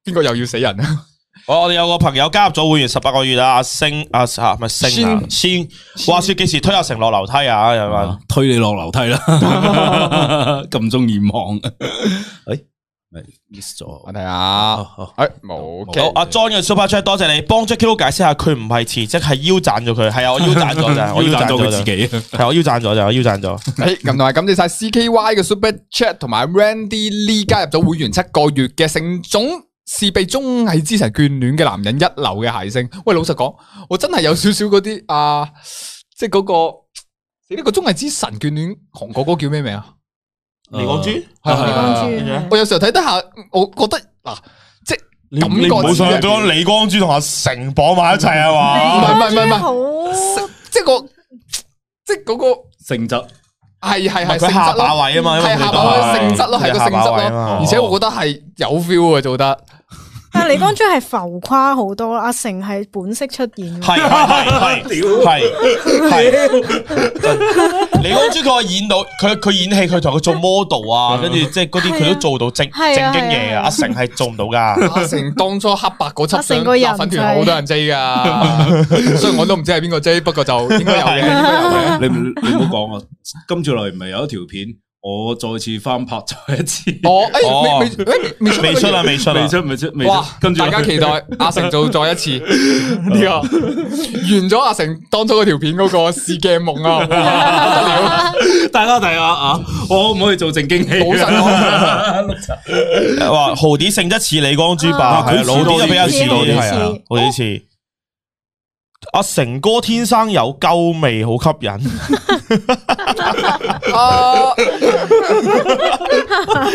边个又要死人啊？
我我哋有個朋友加入咗會員十八個月啦，阿星阿啊咪星啊，先話說幾時推阿成落樓梯啊？有嘛？
推你落樓梯啦！咁中意望，诶、咪 miss
我
咗。
睇下，
啊
好
诶，啊哎冇
好
嘅，
阿 John 嘅 Super Chat 多謝你幫 Jacky Lou 解釋下，佢唔係辭職，係腰斬咗佢。係 啊，我腰斬咗咋，我腰斬
咗
咗咋
佢自，己。
係啊我腰斬咗咋，我腰斬咗。
诶，咁同埋感謝晒 C K Y 嘅 Super Chat，同埋 Randy Lee 加入咗會員七個月嘅盛總。是被綜藝之神眷戀嘅男人一流嘅諧星。喂，老實講，我真係有少少嗰啲啊，即係嗰、個死呢個綜藝之神眷戀韓國嗰個叫咩名啊？
你講
哦嗯
豬，
係
李
係
光
係
洙係
我有時候睇得下，我覺得嗱，即係感覺似係
將李光洙同阿成綁埋一齊啊
唔係唔係唔係唔係
好
即係個即係嗰個
性質
係係係性
佢
質
下
咯。
把位啊嘛，因為
系下
佢
巴
哋
嘅性質咯，係個性質
下把位啊
咯
嘛，
而且我覺得係有 feel 嘅做
啊
得，
但李光洙係浮誇好多啦，阿成係本色出 現
系系系系
嘅。
系，李光洙佢話演到佢佢演戲，佢同佢做 model 啊，跟住即係嗰啲佢都做到正
係
正
啊
經嘢啊，阿成係做唔到噶。
阿成當初黑白嗰輯
阿成
相
個人
辣粉團好多人追噶， 雖然我都唔知係邊個追，不過 就應該有嘅，應該有嘅。
你唔你唔好講啊！今次嚟唔係有一條片，我再次翻拍咗一次。
哦，
哦
誒未未誒未啊
未出啦，未出啊啦
未，出未出未出
哇！
跟住
大家期待阿成 做再一次呢個完咗阿成當初嗰條片嗰個試鏡夢 啊，哇
大家睇下啊！我可唔可以做正經戲？啊
不得了！老實講，
哇！豪啲性質似李光洙吧，
啊
係啊
佢似
老啲
多
都
啲
比較似
佢似多
啲，
啲
係啊
似，
好啲似。阿成哥天生有鳩味，好吸 引。
啊，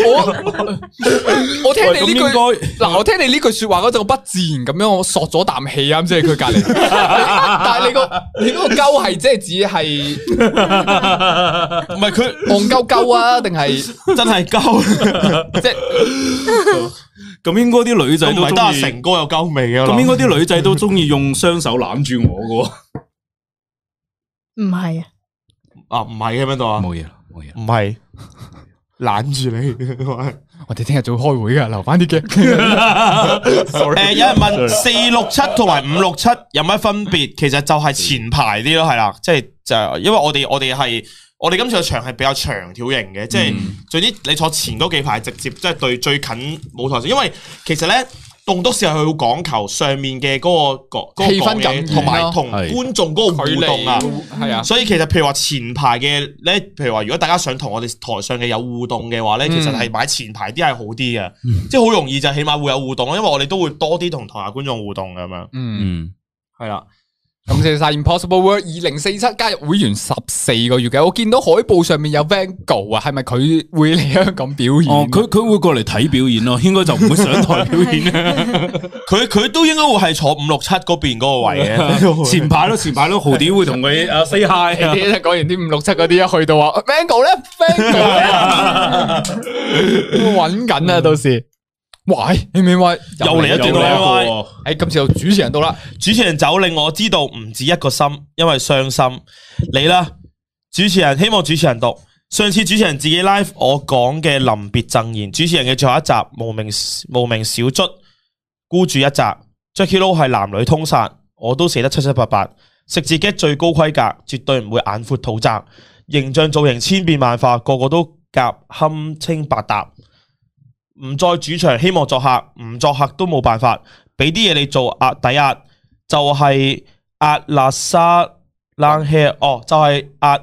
我我聽你呢
應
句。
該
嗱，我聽你呢句说話嗰陣，我不自然咁樣，我索咗啖氣啊，咁即係佢隔 離。但係你個你嗰個鳩係即係只係
唔係佢
戇鳩鳩啊，定係
真係鳩。
即係
咁應該啲女仔
唔
都
係得阿
中意，
成哥有鳩味嘅，啊我諗
咁應該啲女仔都中意用雙手攬住 我噶。
唔系啊，
啊唔係嘅咩度啊？
冇嘢啦，冇嘢啦。
唔係攬住你。
我哋聽日早開會噶，留翻啲嘅。
诶，有人問四六七同埋五六七有乜分別？其實就係前排啲咯，係啦，即係就因為我哋我哋係我哋今次嘅場係比較長條型嘅，即係總之你坐前嗰幾排直接即係對最近舞台上，因為其實咧。棟篤笑係佢好講求上面嘅嗰個嗰嗰個
氣氛感
講嘢同埋
染
同
係
觀眾嗰個互
距
動啊，
離係啊，
所以其實譬如話前排嘅咧，譬如話如果大家想同我哋台上嘅有互動嘅話咧，
嗯
其實係買前排啲係好啲嘅，即係好容易就起碼會有互動咯，因為我哋都會多啲同台下觀眾互動咁樣。
嗯，
嗯，
係啦，
咁謝晒 Impossible World 二零四七加入會員十四個月嘅，我見到海報上面有 Van Gogh 啊，係咪佢會嚟香港表演？啊
哦，佢佢會過嚟睇表演咯，應該就唔會上台表 演
啊
啦。
佢佢都應該會係坐五六七嗰邊嗰個位嘅。
前排咯，前排咯，豪迪會同佢啊 say hi 啊。
啲講完啲五六七嗰啲，一去到話 Van Gogh 咧，Van Gogh 揾緊啊，到時喂，你咪話
嗯又嚟一段
又嚟
啦
一個喎
诶，哎今次有主持人到啦，
主持人走令我知道唔止一個心，因為傷心。你啦，主持人希望主持人讀。上次主持人自己 live 我講嘅臨別贈言，主持人嘅最後一集無名無名小卒孤注一擲，Jackie Lou 係男女通殺，我都寫得七七八八。食自己最高規格，絕對唔會眼闊肚窄，形象造型千變萬化，個個都夾堪稱百搭。唔再主場，希望作客，唔作客都冇辦法，俾啲嘢你做壓抵押，就係、壓辣沙冷氣哦，就係、壓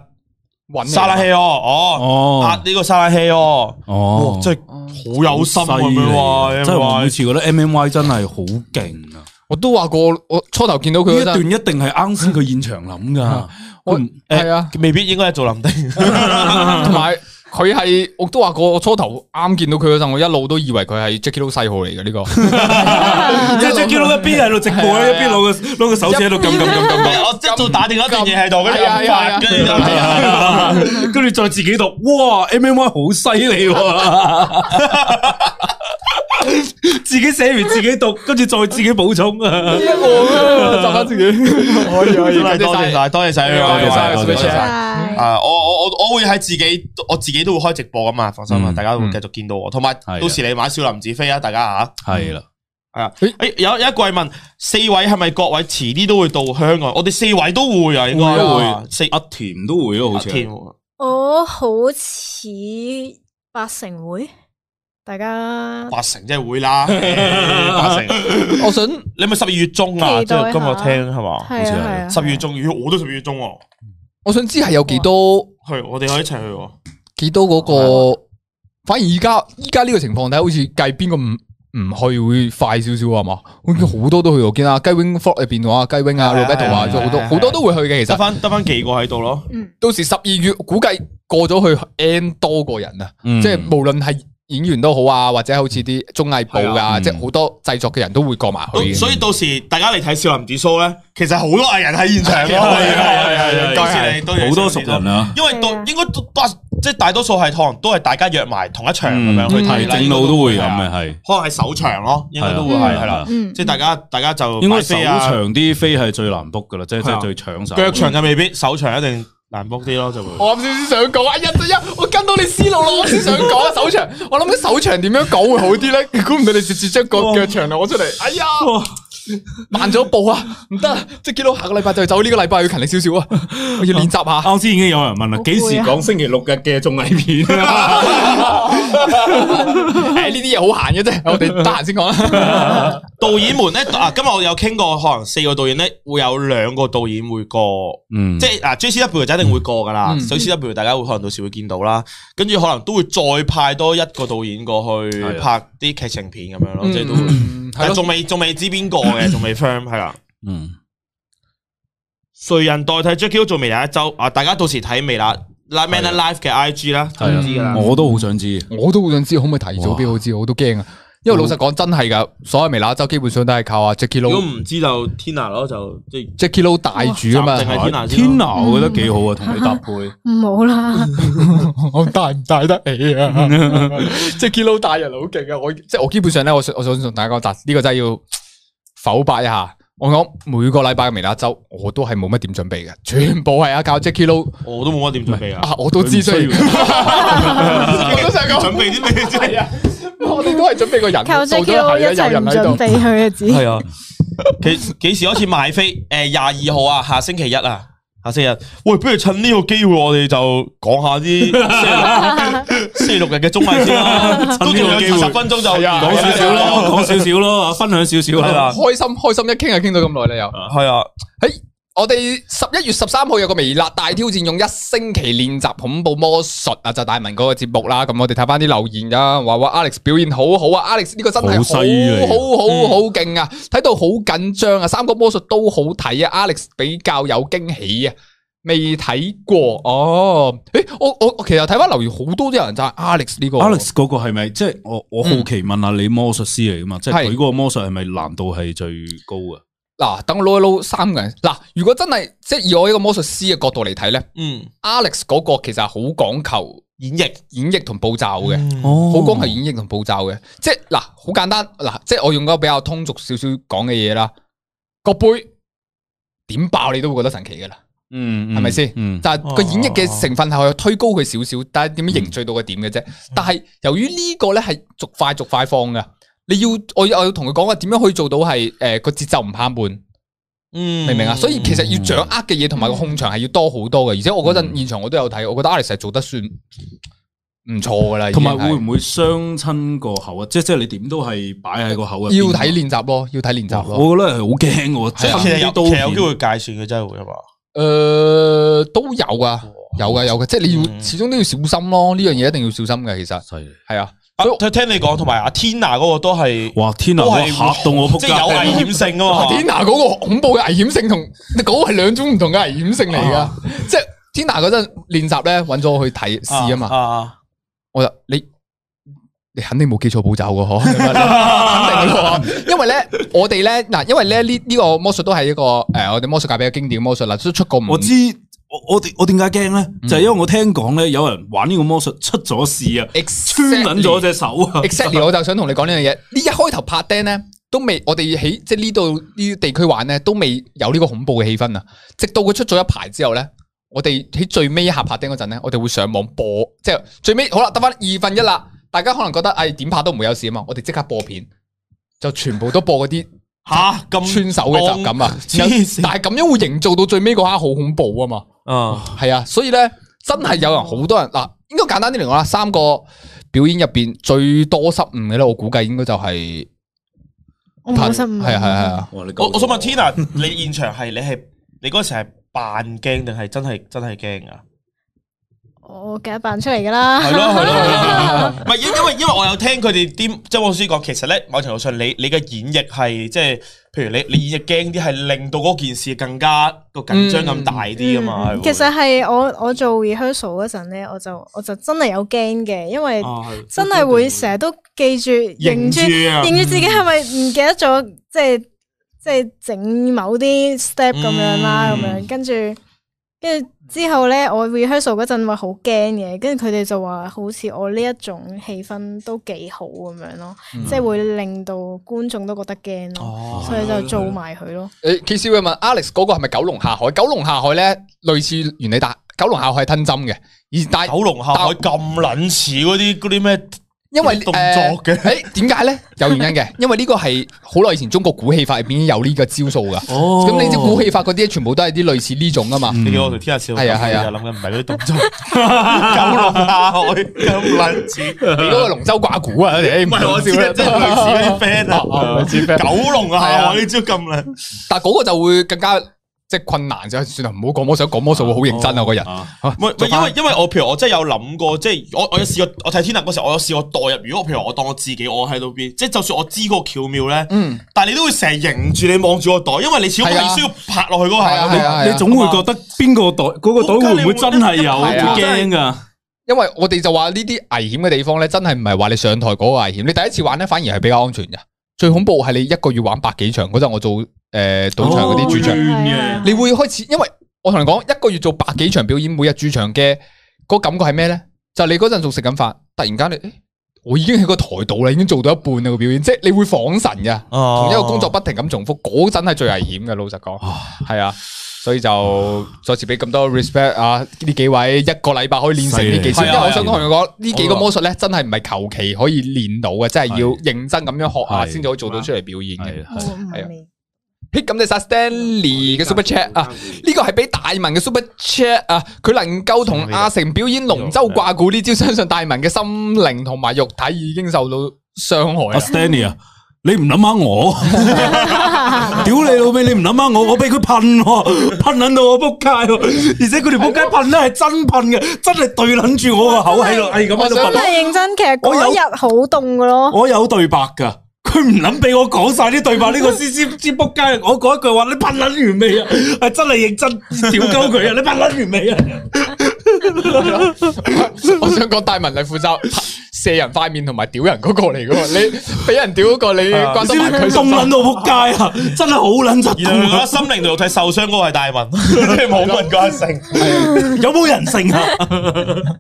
揾
沙拉氣哦，哦，壓
哦
呢個沙拉氣哦，
哦
哇，真係
啊
好有心啊咁
犀利
樣喎，
真係我每
MY
次覺得 M M Y 真係好勁啊！
我都話過，我初頭見到
呢
佢
一
嗰
段
陣，
一定係啱先佢現場 諗噶，
我
佢唔
係啊，
未必應該係做林丁，
同埋佢係，我都話過，我初頭啱見到佢嗰陣，我一路都以為佢係 Jackie Lou 細號嚟嘅 呢個。
即係 Jackie 一邊喺度直播，
係啊
一邊攞個攞個手指喺度撳撳撳撳 撳，
我即係做打定一段嘢喺度，跟住
係啊
暗
係啊
發，跟住就
係啊
跟住再自己讀，哇！M M Y 好犀利 喎，自己寫完自己讀，跟住再自己補充啊！
答翻自己，可以可 以，
真係啊多謝
晒。
晒，多謝晒你
多
哋，
謝晒
多
多謝晒
晒。
拜
啊！我我我我会喺自己，我自己都會開直播噶嘛，放心啦，啊
嗯
大家會繼續見到我。同埋
係啊
到時你買少林寺飛啊，大家吓。
係啦，
系啊
咦，
诶，有有一個係問四位係咪各位遲啲都會到香港？我哋四位都會啊，應該
會啊
會四啊
阿甜都會咯，好似
田
係
我好似八成会，大家
八成即係會 啦，八成。
我想
你咪十二月中啊，
期
即
待
係
下
今日聽係嘛？
系啊
似係
系啊，
十二月中，如果我都十二月中喎，
我想知係有幾多
去我哋可以一齊去喎。
幾多
哦
嗰個，反而而家依家呢個情況睇，好似計邊個唔。唔去會快少少啊嘛，好似好多都去我見啊，雞 wing f l o g 入邊話雞 wing 啊、
係啊
Roberto 啊，
係啊
仲好
係
多
啊係啊
好多都會去嘅。其
得
實
翻得翻幾個喺度咯，
到時十二月估計過咗去 N 多個人啊，
嗯
即係無論係演員都好啊，或者好似啲綜藝部
係啊
噶，
嗯
即係好多製作嘅人都會過埋去嘅。
所以到時大家嚟睇少林寺 show 咧，其實好多藝人喺現 場咯。
係 啊係啊係啊
到時你到時
好多熟人啊！
因為到
係啊
應該都多，即係大多數係可能都係大家約埋同一場咁
嗯，
樣去睇
係
啦，
正路都會
係
咁嘅，
啊，
係
可能係首場咯，應該都會係係啦，
嗯
即係大家大家就
應該
買
首
飛啊
場啲飛係最難 book 噶啦，即係即
係啊
係最搶手。
腳場就未必，首場一定難 book 啲咯，就會。
我啱先先想講，哎呀，哎呀，我跟到你思路啦，我先想講手長，我諗緊手長點樣講會好啲咧？ 估唔到你直接將個腳長攞出嚟， 哎呀，慢咗步啊，唔得啊，即係見到下個禮拜就走，呢個禮拜要勤力少少啊， 我要練習 下。
啱先已經有人問
啊
啦，幾時講星期六日嘅綜藝片啊？
誒，呢啲嘢好閒嘅啫，我哋得閒先講 啦。
導演們咧啊，今日我有傾過，可能四個導演咧會有兩個導演會過。
嗯
即係啊嗱，JCW 就一定會過噶啦
嗯
，JCW 大家會可能到時會見到啦，跟住可能都會再派多一個導演過去
係啊
拍啲劇情片咁樣咯，即係都會，
嗯
但
係
係
咯，
仲未仲未知邊個嘅，仲未 firm 係啦。
嗯。
誰人代替 Jackie Lou 做微辣一周啊？大家到時睇微辣 Live Man Live 嘅 IG 啦，
系啊，我都好想知。
我都好想知可唔可以提早俾我知，我都驚啊！因為老實講真係㗎，所有微辣州基本上都係靠阿 Jackie
如果
Lou
唔知就天拿咯，就即係
Jackie Lou 大主啊嘛
定，係天拿先
天
咯。
拿我覺得幾好
嗯
啊，同你搭配。
唔好啦，
我帶唔帶得起 啊？Jackie Lou 大人好勁啊！我即係我基本上咧，我想我想同大家講，但呢個真係要否白一下。我講每個禮拜嘅微辣州，我都係冇乜點準備嘅，全部係啊靠 Jackie Lou
我都冇乜點準備啊。
啊，我都知需要，
佢唔需
我都想
準
講，
備啲咩啫？
我哋都係準備個人，
靠
做咗
Jackie
係啊，
一
有
齊
人
唔
喺
準
度。
備去嘅只，
係啊， 幾幾時開始買飛？诶，廿二號啊，下星期一啊，下星期日。喂，不如趁呢個機會，我哋就講下啲星期六日嘅綜藝先啦。都仲有二十分鐘就
係啊
講少少 咯，講少少咯，分享少少
係
啦。
啦，
開心開心一傾就傾到咁耐啦又。
係啊。
我哋十一月十三號有個微辣大挑戰，用一星期練習恐怖魔術啊，就大文嗰個節目啦。咁我哋睇翻啲留言啊，話話 Alex 表現好好啊，Alex 呢個真係
好犀利啊
好好好好勁啊，睇到好緊張啊，三個魔術都好睇啊，Alex 比較有驚喜啊。未睇過哦，誒，我我我其實睇翻留言好多都有人讚 Alex 呢個
Alex 嗰個係咪即係我我好奇問下你魔術師嚟噶嘛？即係
係
佢嗰個魔術係咪難度係最高啊嘅？
嗱，等我撈一撈三個人嗱，如果真係即係以我呢個魔術師嘅角度嚟睇咧
嗯，
，Alex 嗰個其實係好講求。
演繹
演繹同步驟嘅，
哦
好講係演繹同步驟嘅，即係嗱，好簡單嗱，即係我用嗰個比較通俗少少講嘅嘢啦，個杯點爆你都會覺得神奇噶啦，
嗯，
係咪先
嗯，
但係個演繹嘅成分係去推高佢少少，但係點樣凝聚到個點嘅啫。但係由於呢個咧係逐快逐快放嘅，你要我要我要同佢講話點樣可以做到係誒個節奏唔攀半。
嗯，
明唔明啊？所以其實要掌握嘅嘢同埋個控場係要多好多嘅，而且我嗰
嗯
陣現場我都有睇，我覺得 Alex 係做得算唔錯噶啦。
同埋
已經係
會唔會傷親個口啊？即即係你點都係擺喺個口入邊
要睇練習咯，要睇練習咯。啊
我覺得係哦好驚嘅喎，
即
即
係
係
其實
啲刀
有其實有
片
機會界選嘅真係會係嘛？
诶，呃都有噶，有噶，有噶，啊即係你要
嗯
始終都要小心咯。呢樣嘢一定要小心嘅，其實
犀利。
係啊。
啊
所以，
聽聽你講，同埋阿天娜嗰個都係
哇！天啊，
都
我
係
嚇到我仆
即係有
街。
危險 性啊嘛。
Tina 嗰個恐怖嘅危險性同嗰個係兩種唔同嘅危險性嚟㗎。
啊
即係 Tina 嗰陣練習咧，揾咗我去睇試啊嘛。
嘛，
我就你你肯定冇記錯步驟嘅嗬， 肯定
啊
嘅喎因為咧我哋咧嗱，因為咧呢呢個魔術都係一個诶、呃我哋魔術界比較經典嘅魔術啦，都出過唔
我知我我哋我點解驚咧？就係因為我聽講咧，有人玩呢個魔術出咗事啊，穿撚咗隻手啊！
exactly，我就想同你講呢樣嘢。呢一開頭拍釘咧，都未我哋喺即係呢度呢啲地區玩咧，都未有呢個恐怖嘅氣氛啊。直到佢出咗一排之後咧，我哋喺最尾一下拍釘嗰陣咧，我哋會上網播，即係最尾好啦，得翻二分一啦。大家可能覺得唉點拍都唔會有事啊嘛，我哋即刻播片，就全部都播嗰啲。
吓咁
穿手嘅習感啊，有
黐線
但係咁樣會營造到最尾嗰刻好恐怖啊嘛，
啊，
係啊，所以咧真係有人好多人嗱，應該簡單啲嚟講啦，三個表演入邊最多失誤嘅咧，我估計應該就係
我冇失誤。
係啊係啊係啊，
哇！你夠
我我想問 Tina，你現場係你係你嗰時係扮驚定係真係真係驚啊？
我梗係扮出嚟噶啦，
係咯係咯係咯，唔係因因為因為我有聽佢哋啲即係我師講，其實咧某程度上你你嘅演繹係即係譬如你你演繹驚啲係令到嗰件事更加個緊張咁大啲噶啊嘛，係
嗯
會
其實係我我做 rehearsal 嗰陣咧，我就我就真係有驚嘅，因為
啊係
真係會成日都記住認住
認住啊
認住自己係咪唔記得咗，即係即係整某啲 step 咁樣啦，咁
嗯
樣跟住跟住之後咧，我 rehearsal 嗰陣話好驚嘅，跟住佢哋就話好似我呢一種氣氛都幾好咁樣咯，即係會令到觀眾都覺得驚
嗯
咯，
哦
所以就做埋佢咯。
誒 K 少會問 Alex 嗰個係咪九龍下海？九龍下海咧類似原理，但九龍下海係吞針嘅，而但
九龍下海咁撚似嗰啲嗰啲咩？
因為
動作嘅
誒 誒點解咧？有原 因嘅，因為呢個係好耐以前中國古戲法入邊有呢個招數㗎。
哦
咁你知古戲法嗰啲全部都係啲類似呢種㗎嘛？
你叫我同天下笑，
係啊係啊
我就諗緊唔係嗰啲動作， 九龍下
啊
海咁撚 似。
你嗰個龍舟掛鼓啊！你唔
唔係我知
講笑
咧，
啦
即係類似嗰啲 friend
哦
啊，
類似 friend
九龍下
係啊
海呢招咁撚。
但嗰個就會更加即係困難就算啦，唔好講魔術，講魔術會好認真啊！個人
啊
唔係，唔係因為因為我譬如我真係有諗過，即係我我有試過，我睇天能嗰時候，我有試過代入。如果譬如我當我自己，我喺度邊，即係就算我知嗰個巧妙咧，
嗯
但係你都會成日迎住你望住個袋，因為你始終
係啊
你需要拍落去嗰
係啊係啊
下。
你總會覺得邊個袋嗰個袋會唔會真係有
係
啊
會驚㗎？
因为我哋就话呢啲危险嘅地方咧，真系唔系话你上台嗰个危险，你第一次玩咧反而系比较安全嘅。最恐怖系你一个月玩百几场嗰阵，我做诶赌场嗰啲主场，
哦
你会开始，因为我同你讲，一个月做百几场表演，每日驻场嘅嗰感觉系咩咧？就係你嗰阵仲食紧饭，突然间你，欸我已经喺个台度啦，已经做到一半啦个表演，即系你会晃神噶，同一个工作
哦
不停咁重复，嗰阵系最危险嘅。老实讲，系啊。所以就再次俾咁多 respect 啊！呢幾位一個禮拜可以練成呢幾招，
犀利
因為我想同你講，呢幾個
好啊
魔術咧真係唔係求其可以練到嘅，真係要認真咁樣學下
係
先至可以做到出嚟表演
啊
嘅。
我唔
啊
係你
嘿，感謝晒 Stanley 嘅 super chat
嗯
啊！呢個係俾大文嘅 super chat 啊！佢能夠同阿成表演龍舟掛鼓呢招，相信大文嘅心靈同埋肉體已經受到傷害
阿
啦。
Stanley 啊，你唔谂下我，屌你老味，你唔谂下我，我俾佢喷喎，喷捻到我仆街喎，而且佢哋仆街喷咧系真喷嘅，真系對捻住我個口喺度，哎係咁喺度
我
真
噴
想。
係認真，其實
我有
嗰日好凍噶咯。
我有對白噶，佢唔諗俾我講晒啲對白，呢個先先先仆街。我講一句話，你噴撚完未啊？係真係認真屌鳩佢啊！你噴撚完未啊？
我想講大文係負責射人塊面同埋屌人嗰個嚟嘅喎，你俾人屌嗰個你關
啊你
心
知唔
埋佢
知
心
凍
心
撚到仆 街啊！真係好撚窒
然後佢覺
痛
得
啊！
心靈同肉體受傷嗰個係 大文，即係冇問過阿成，
啊
有冇人 性啊？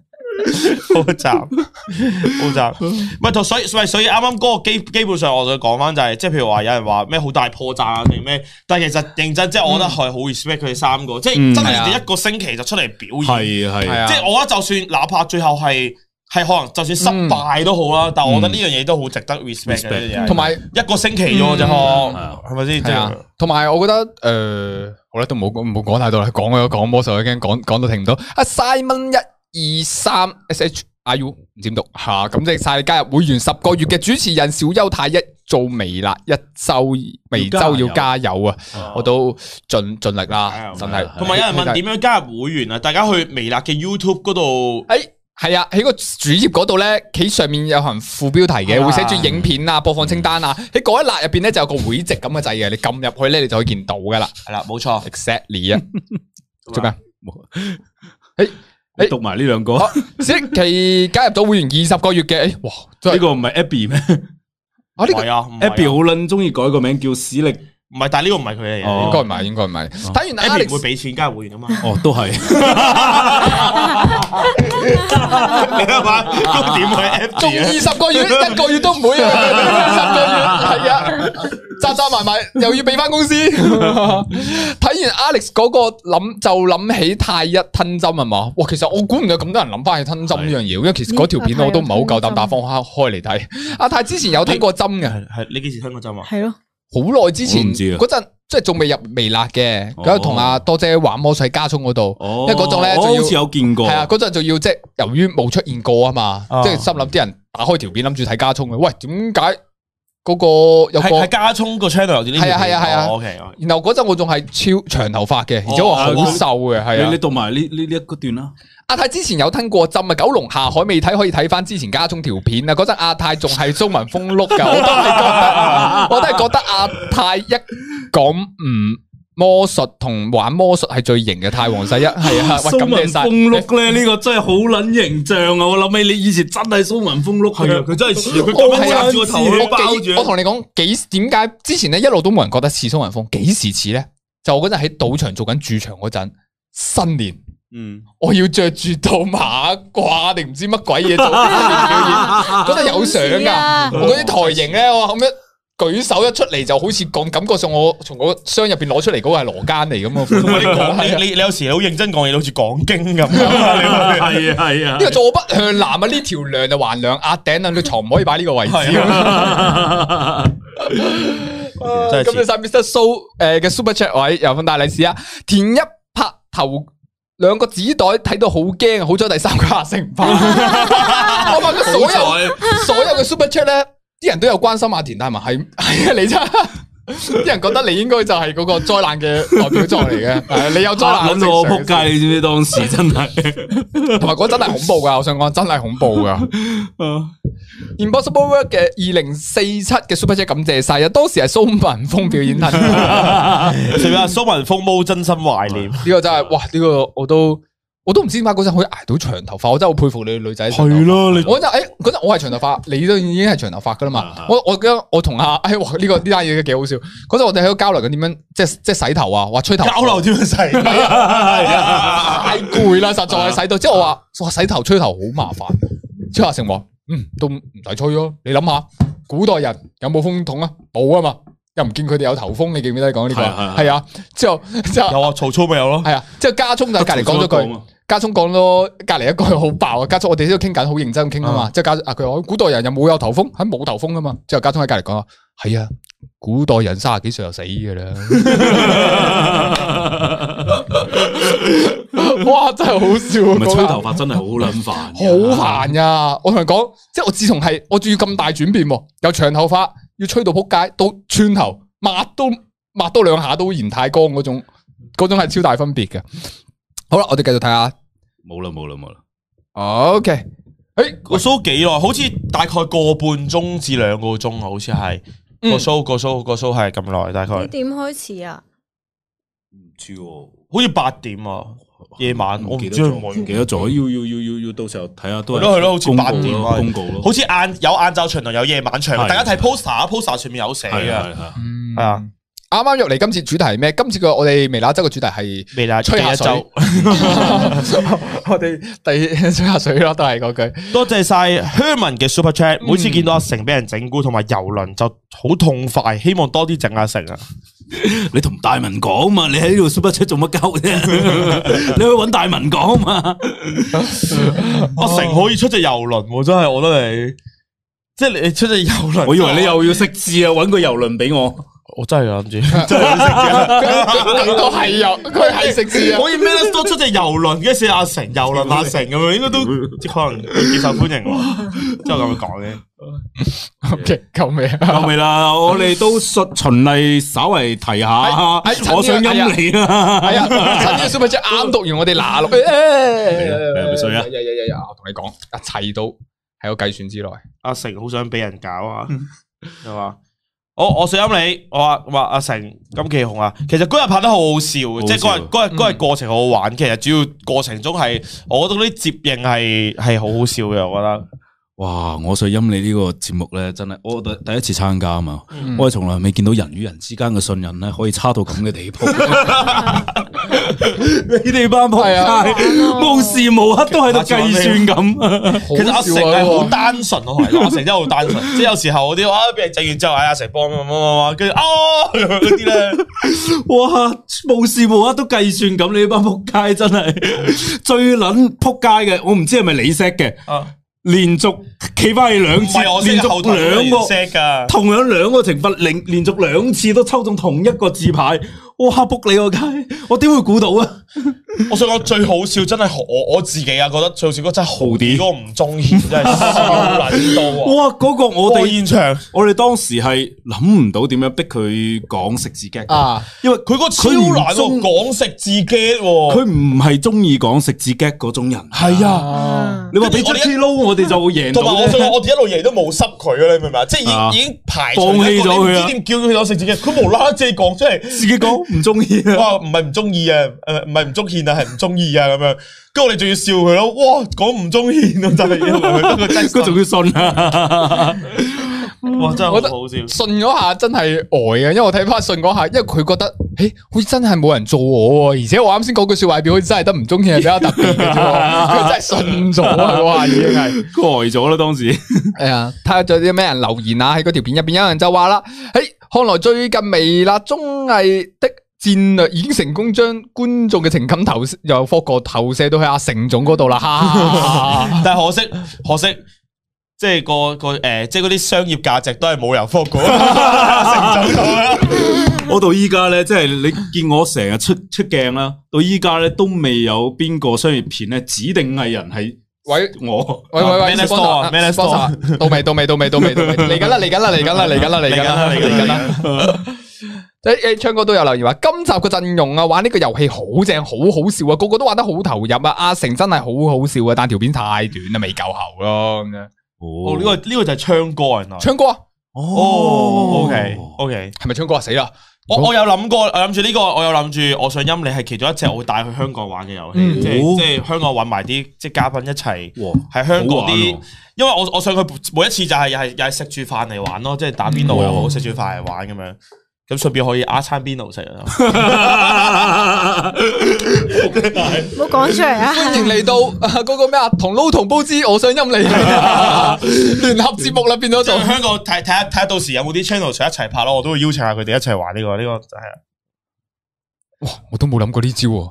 好慘， 好慘。唔係，同所以所以所以啱啱嗰個基基本上，我想講翻就係，即係譬如話有人話咩好大破綻啊定咩，但係其實認真，即係我覺得係好 respect 佢哋三個，即係
嗯
真
係啊
係一個星期就出嚟表演。
係
係
啊，
即係我覺得就算哪怕最後係係可能就算失
嗯
敗都好啦，但係我覺得呢樣嘢都好值得 respect 嘅
Respect
呢樣嘢
同埋。
一個星期啫喎，
嗯
就
係啊
係咪先？即
系啊
係，
同埋我覺得诶、呃好啦，都唔好講唔好講太多啦，講咗講魔術已經講講到停唔到。阿 Simon 一二三 S H I U 唔知點讀吓，咁即係晒你加入會員十個月嘅主持人小邱太一做微辣一周微周要加油啊！我都盡盡力啦，真係。
啊同埋有人問點樣加入會員啊？大家去微辣嘅 YouTube 嗰度，
诶，系啊，喺個主頁嗰度咧，企上面有行副標題嘅，
啊
會寫住影片啊、播放清單啊。喺嗰一欄入边咧就有個會籍咁嘅掣嘅，你撳入去咧，你就可以見到噶啦。
係啦，冇錯。
Exactly 啊，做咩啊？哎
讀埋呢兩個，
好即期加入咗會員二十個月嘅，诶，哇，真係
個唔係 Abby 咩
啊呢個
係啊唔係啊
？Abby 好撚中意改個名叫史力，
唔係，但係呢個唔係佢嘅
應
嘢
該
啊
唔係，應該唔係。睇完
，Abby 唔會
Alex，
俾錢加入會員啊嘛。
哦，都係。
你 諗下，咁點去
仲二
Abby 咧？
十個 月，一個月都唔會啊，二十個月係啊，扎扎埋埋又要俾翻公 司。睇完 Alex 嗰個諗就諗起太一吞針係嘛？哇，其實我估唔到咁多人諗翻起吞針呢樣嘢，因為其實嗰條片我都唔係好夠膽打方開嚟
啊
睇。阿泰之前有睇過針嘅。
係係，你幾時吞過針啊？
係咯，
好耐之前
我唔知啊
嗰陣，即係仲未入微辣嘅，
哦
咁同阿多姐玩魔術喺加聰嗰度，
哦，
因為嗰種咧
我
仲要
好似有見過。
係啊，嗰陣仲要即係由於冇出現過啊嘛，
啊
即係心諗啲人打開條片諗住睇加聰嘅，喂，點解嗰個有
係
個
係？加聰個 channel 有啲呢條
係啊係啊係啊
片哦，OK，OK。
然後嗰陣我仲係超長頭髮嘅，而且我好瘦嘅，係
哦你
啊
你。讀埋呢呢呢一個段啦。
阿泰之前有吞過針啊，九龍下海未睇可以睇翻之前加聰條片啊。嗰陣阿泰仲係中文風碌 㗎，我都係覺得，我都係覺得阿泰一講唔魔術同玩魔術係最型嘅泰王世一係啊，喂
蘇
咁
文
嘅晒。
風碌咧，呢個真係好撚形象啊！我諗起你以前真係蘇文風碌
係啊，
嘅，
佢真係似，佢
我
咁
係
樣
啊
攬住個頭
我
去
幾
包住
我
咧。
同你講幾點解之前咧一路都冇人覺得似蘇文峰，幾時似咧？就我嗰陣喺賭場做緊駐場嗰陣，新年。
嗯，
我要着住套馬褂定唔知乜鬼嘢做新年表演， 嗰陣有相
好似啊
噶。我嗰啲台型咧，我咁一舉手一出嚟就好似講，感覺上我從個箱入边攞出嚟嗰個係羅奸嚟 咁啊
同埋你
係啊
講，你你你有時好認真講嘢，你好似講經 咁。
係啊係啊
呢個坐北 向南啊，呢條梁就橫梁壓頂啊，你床唔可以擺呢個位置啊。
真係
咁你晒 Mr. So 诶呃嘅 Super Chat 位又分大利是啊！填一拍頭兩個紙袋睇到好驚啊！好彩第三個阿成唔 拍，我發覺所有所有嘅 Super Chat 咧，啲人都有關心阿田大文係係啊你真係。啲人覺得你應該就係嗰個災難嘅代表作嚟嘅， 係你有災難
啊諗到我仆
正常嘅
街，你知唔知當時真係？
事，同埋嗰真係恐怖噶，我想講真係恐怖噶。Impossible Work 嘅二零四七嘅 Super Chat 感謝晒啊！當時係蘇文峰表演
啊你話蘇文峰冇真心懷念，
呢個真係，哇！呢、個我都我都唔知點解嗰陣可以捱到長頭髮，我真係好佩服你哋女仔。
係咯你
我嗰陣誒嗰陣哎我係長頭髮，你都已經係長頭髮噶啦
啊啊
嘛。我我記得我同阿誒哇呢個呢單嘢幾好笑。嗰陣我哋喺度交流緊點樣即係即係洗頭啊，話吹頭
交流添啊，細
太攰啦，實在洗到。之後我話哇洗頭吹頭好麻煩。之後阿成話嗯都唔使吹咯，你諗下古代人有冇風筒啊？冇啊嘛，又唔見佢哋有頭風，你記唔記得你講呢個？
係係係
係啊，之後之後
有啊，曹操咪有咯，
係啊，之後家聰就喺隔離講咗
曹操都講
句
啊。
家聰講咗隔離一句好爆啊！家聰我哋喺度傾緊，好認真咁傾啊嘛。之後家聰啊，佢話古代人有冇有頭風？係冇頭風噶嘛。之後家聰喺隔離講啊，係啊，古代人三十幾歲就死噶啦。哇，真係好笑啊！
咪吹
嗰下
頭髮真係好撚煩㗎，
好煩呀！我同你講，即係我自從係我仲要咁大轉變喎，由長頭髮要吹到仆街，到寸頭抹都抹多兩下都會嫌太光嗰種，嗰種係超大分別嘅。好啦，我哋繼續睇下。
冇啦冇啦冇啦，
OK，誒、
個 show 幾耐？好似大概個半鐘至兩個鐘啊，好似係
嗯
個 show 個 show 個 show 係咁耐，大概
幾點開始啊？
唔知喎。
好似八點啊，夜晚我唔知
記得
佢
咗，
冇
唔記得咗，要要要要要到時候睇下都係
係咯係咯好似八
公告
點
咯
啊
公告咯，
好似晏有晏晝場同有夜晚場，
係
大家睇 poster 啊，poster 上面有寫
係
啊，
啊係啊，
嗯
係啊，
啱啱入嚟今次主題係咩？今次個我哋微辣州嘅主題係
未啦，
吹下
一周
水。我哋第吹下水咯，都係嗰句。
多謝晒 Herman 嘅 Super Chat，每次見到阿成俾人整蠱同埋游輪就好痛快，希望多啲整阿成啊！
你同大文講嘛，你喺呢度 super 車做乜鳩 啫？你去揾大文講嘛，
阿成可以出隻游輪喎，真係我覺得你，即係你出隻游輪，
我以為你又要識字啊，揾個遊輪俾我，
我真係諗住，
佢都係有，佢係食字啊！
可以咩咧？多出隻游輪，跟住阿成游輪阿成咁樣，應該都可能幾受歡迎喎。 即係我咁樣講嘅，
OK，救命啊！
夠未啦？我哋都順循例稍微提下
哎哎陳，
我想
呢個
陰你啦，
系啊，趁呢個 super chat 啱讀完我哋嗱落，你係
係咪衰啊
呀呀呀呀！我同你講，一切都喺我計算之內。
阿成好想俾人搞啊，係嘛？我我想陰你，我話我話阿成金奇雄啊，其實嗰日拍得好好笑，嗯即係嗰日
好笑
嗰日嗰日過程好好玩。其實主要過程中係，我覺得嗰啲接應係係好好笑嘅，我覺得。
哇！我想陰你呢個節目咧，真係我第第一次參加啊嘛，我係從來未見到人與人之間嘅信任咧，可以差到咁嘅地 步。你哋班仆
係啊
街，無時無刻都喺度計算 咁。
其
其實阿成係好啊單純，我同你講，阿成真係好單純。即係有時候嗰啲啊，俾人整完之後，哎阿成幫幫幫幫，跟住哦咁樣嗰啲咧，
哇！無時無刻都計算咁，你班仆街真係最撚仆街嘅。我唔知係咪你 set 嘅，
啊
連續企翻去兩
唔
次，
係我
連
識後
續
台
兩
兩
個。
識噶。
同樣兩個懲罰，連連續兩次都抽中同一個字牌，哇！卜你個街，我點會估到啊？
我想講最好笑真係我我自己啊，覺得最好笑嗰個真係豪啲，嗰個吳宗憲真係笑撚到啊！
哇！嗰、個我
我哋
哋
現場
我哋當時係諗唔到點樣逼佢講食字 gag，
啊！
因為
佢個超難
佢唔中
喎，講食自己喎。
佢唔係中意講食字 gag 嗰種人。
係啊，
啊
你話俾 Jacky Lou，我哋就會贏到
同埋我想講
啫。
我哋一路贏都冇濕佢啊，你明唔明啊？即係
啊
已已經排除咗
放棄咗佢啊
你唔知點叫佢有食自己，佢無啦啦即係講出嚟。
自己講唔中意啊！
哇，唔係唔中意啊，诶，唔係唔中意啊，係唔中意啊咁樣。跟住我哋仲要笑佢咯，哇，講唔中意啊，真係，佢真
佢仲要信啊！
哇，真係
我覺
好
得
好笑。
信嗰下真係呆嘅，因為我睇翻信嗰下，因為佢覺得，誒、好似真係冇人做我喎，而且我啱先嗰句説話表，好似真係得吳宗憲係比較特別嘅啫喎，佢真係信咗啊嗰下已經係。
佢呆咗啦，當時
系啊，睇下仲有啲咩人留言啊！喺嗰條片入边有人就話啦：，诶、看來最近微辣綜藝的戰略已經成功將觀眾嘅情感投由霍哥投射到去阿成總嗰度啦，哈哈哈 哈
但係可惜，可惜，即係個個诶，即係嗰啲商業價值都係冇由科 股成就到啦。
我到依家咧，即係你見我成日出出鏡啦，到依家咧都未有邊個商業片咧指定藝人係
喂
我。
喂喂喂
Man is Law，Man is Law
，sponsor，sponsor，到未到未到未到未到未嚟緊啦嚟緊啦嚟緊啦嚟緊啦嚟緊啦嚟緊啦！诶诶，昌哥都有留言話：今集個陣容啊，玩呢個遊戲好正，好好笑啊，個個都玩得好投入啊！阿成真係好好笑啊，但條片太短啦，未夠喉咯咁樣。
哦，呢個呢個就係唱歌原來。
昌哥啊！
哦，OK OK，
系咪唱歌啊？死啦！
我我有諗過，我諗住呢個，我有諗住，我想音你係其中一隻我會帶去香港玩嘅遊戲，
嗯
即係
哦
即係香港揾埋啲即係嘉賓一齊
哇
喺香港
好玩
啲
喎，
因為我我想佢每一次就係又係又係食住飯嚟玩咯，即係打邊爐又
嗯
好，食住飯嚟玩咁樣，咁順便可以呃餐邊爐食啊。
冇講出嚟啊！
欢迎嚟到啊嗰個咩啊，同撈同煲之，我想音你聯合節目啦，變咗
就
做
香港睇睇下睇下到時有冇啲 channel 想一齊拍咯，我都會邀請下佢哋一齊玩呢個呢個就係。啊
哇，我都冇諗過呢招喎。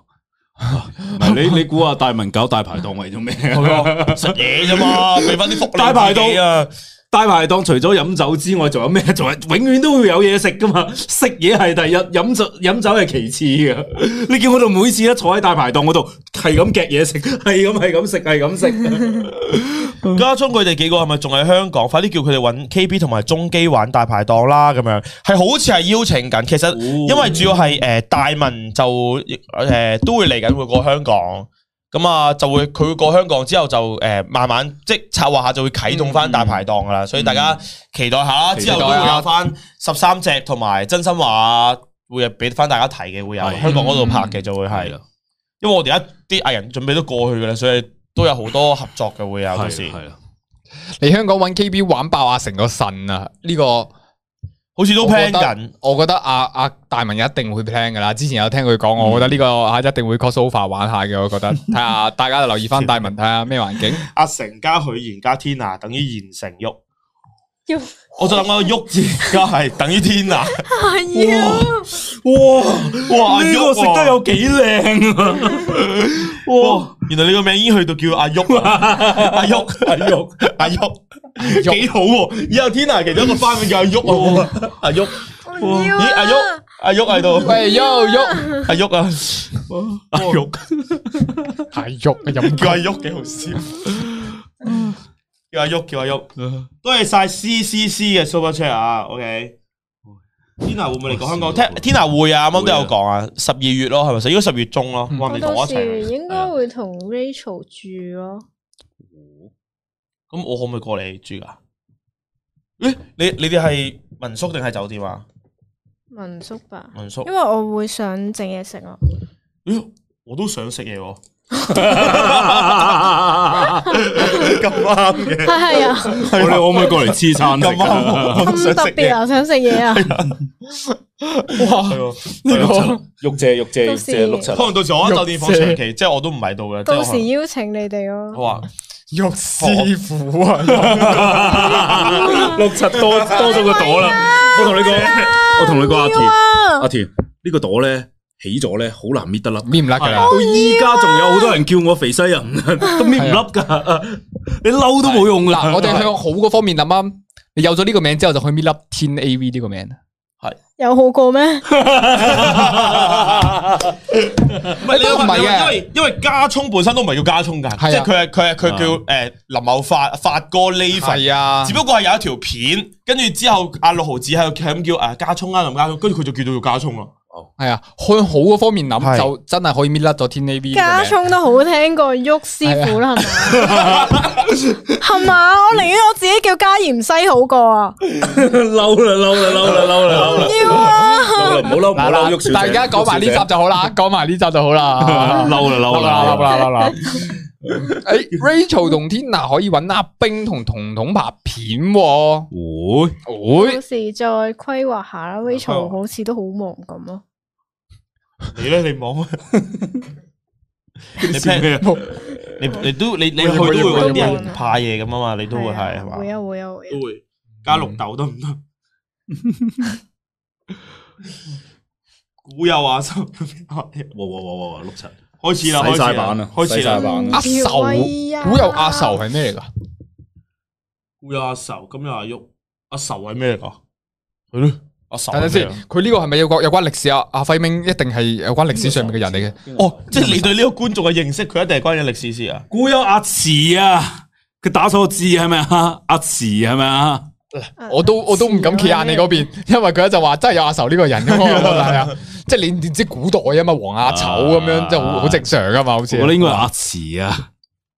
唔係你你估下大文搞大排檔為咗咩？啊
食嘢啫嘛，俾翻啲福利
大排檔
自己啊！
大排檔除咗飲酒之外，仲有咩？ 仲係永遠都會有嘢食噶嘛。食嘢係第一，飲酒飲酒係其次嘅。 你見我度每次一坐喺大排檔嗰度，係咁夾嘢食， 係咁係咁食，係咁食。
家中佢哋幾個係咪仲喺香港？快啲叫佢哋揾 KB 同埋中基玩大排檔啦！咁樣係好似係邀請緊，其實因為主要係誒、呃大文就誒、呃都會嚟緊會過香港。咁啊，就會佢會過香港之後就誒、呃慢慢即係策劃下就會啟動翻大排檔噶啦，所以大家期待下啦。
期
之
待啊
後都會有翻十三隻同埋真心話會俾翻大家睇嘅，會有
係
香港嗰度拍嘅就會係。因為我哋而家啲藝人準備都過去噶啦，所以都有好多合作嘅會有到時
啊係，啦，
嚟香港揾 KB 玩爆阿成個腎啊！呢個
好似都
我覺
plan
得
緊。
我覺得阿阿大文一定會 plan 噶啦。之前有聽佢講，我覺得呢個啊一定會 crossover 玩下嘅。我覺得睇下大家就留意翻大文，睇下咩環境。
阿成加許賢加天娜等於賢成旭，
要
我就諗緊個旭字加 係等於天娜，
要
哇！
哇！呢啊個食
有
得有幾靚啊！
哇！原來你個名已經去到叫阿旭啦， 阿旭
阿玉，
阿旭幾好喎！以後天娜其中一個花名叫阿旭啊， 阿旭
我唔要
咦阿旭
啊！
阿旭喺度，
喂，Yo Yo，
阿旭啊，阿旭
係喐啊，飲
叫阿旭幾好笑，叫阿旭叫阿旭，多謝晒 C C C 嘅 Super Chat 啊，OK。天娜會唔會嚟講香
哦
港？天天娜會啊，啱啱都有講啊，十二月咯，係咪？應該十月中咯，哇！
我
未講
到
一齊啊
時。應該會同 Rachel 住咯，
咁我可唔可以過嚟住噶？诶，你你哋係民宿定係酒店啊？
民宿吧。
民宿
因，為我會想整嘢食咯，
咦，我都想食嘢喎，
咁啱嘅，
係啊，
我哋可唔可以過嚟黐餐食啊
咁啱喎， 我都
咁
想
特
食
別
嘢。
啊，想食嘢啊，
係喎
呢個玉姐玉姐
到
玉姐
時
六七
可能到時我喺酒店房長期，即係我都唔喺度嘅。即係
到
我可
時
能
邀請你哋咯。
我話
肉師傅啊！
六七 多多咗個
啊
朵啦！我同你講，我同你講阿田阿田呢個朵咧起咗咧，好難搣得甩。
搣唔甩噶啦，
到依家仲有好多人叫我肥西人，都搣唔甩噶，你嬲都冇用啦。
嗱，我哋向好嗰方面諗啱。你有咗呢個名之後，就可以搣甩天 A V 呢個名。
有好過咩？
唔係，你
都唔係嘅
因為因為加聰本身都唔係叫加聰㗎，
係啊
即係佢係佢係佢叫诶林某發發哥呢份。
係啊
只，不過係有一條片，跟住之後阿六毫子喺度係咁叫啊加聰啊林加聰，跟住佢就叫到叫加聰啦。
係啊，向好嗰方面諗，
係
就真係可以搣甩咗天 A V 呢個
加
名。
葱都好聽過喐師傅啦，係
啊
咪？係嘛？我寧願我自己叫加鹽西好過啊！
嬲啦嬲啦嬲啦嬲啦嬲啦，
要啊！
嬲啦唔好嬲唔好嬲，喐小姐
大家講埋呢集就好啦，講埋呢集就好啦。 啊
嬲啦嬲啦嬲啦，
啦 啦！诶，Rachel 哎同 Tina 可以揾阿冰同彤彤拍片喎。
會
會
到時再規劃下啦。Rachel 好似都好忙咁咯，
你咧，你望啊你
你笑
plan
咩啊？
你你都你你去
會
都會揾啲
會
人
會
派嘢咁啊嘛，你都會係係
啊
嘛？
會啊會啊會啊
都會嗯加綠豆得唔得？ 古有啊，心
哇哇哇哇哇碌柒，
開始啦，
洗
開
晒
始
版啦
啦，，開始
啊
洗晒
啦。
版啦
啊阿仇，古有阿仇係咩嚟噶？
古有阿仇，今日阿旭，阿仇係咩嚟㗎？係咯，阿仇係
等
咩
等
啊
先，佢呢個係咪有個有關歷史啊？阿輝明一定係有關歷史上面嘅人嚟嘅。
哦，即係你對呢個觀眾嘅認識，佢一定係關於歷史事啊。
古有阿慈啊，佢打錯字係咪啊？阿慈係咪啊？
啊
我都我都唔敢企硬你嗰邊，因為佢就話真係有阿仇呢個 人噶嘛，係啊，即係你你知古代啊嘛，黃阿丑咁樣，即係好好正常噶嘛，好似
啊我覺得應該係阿慈啊，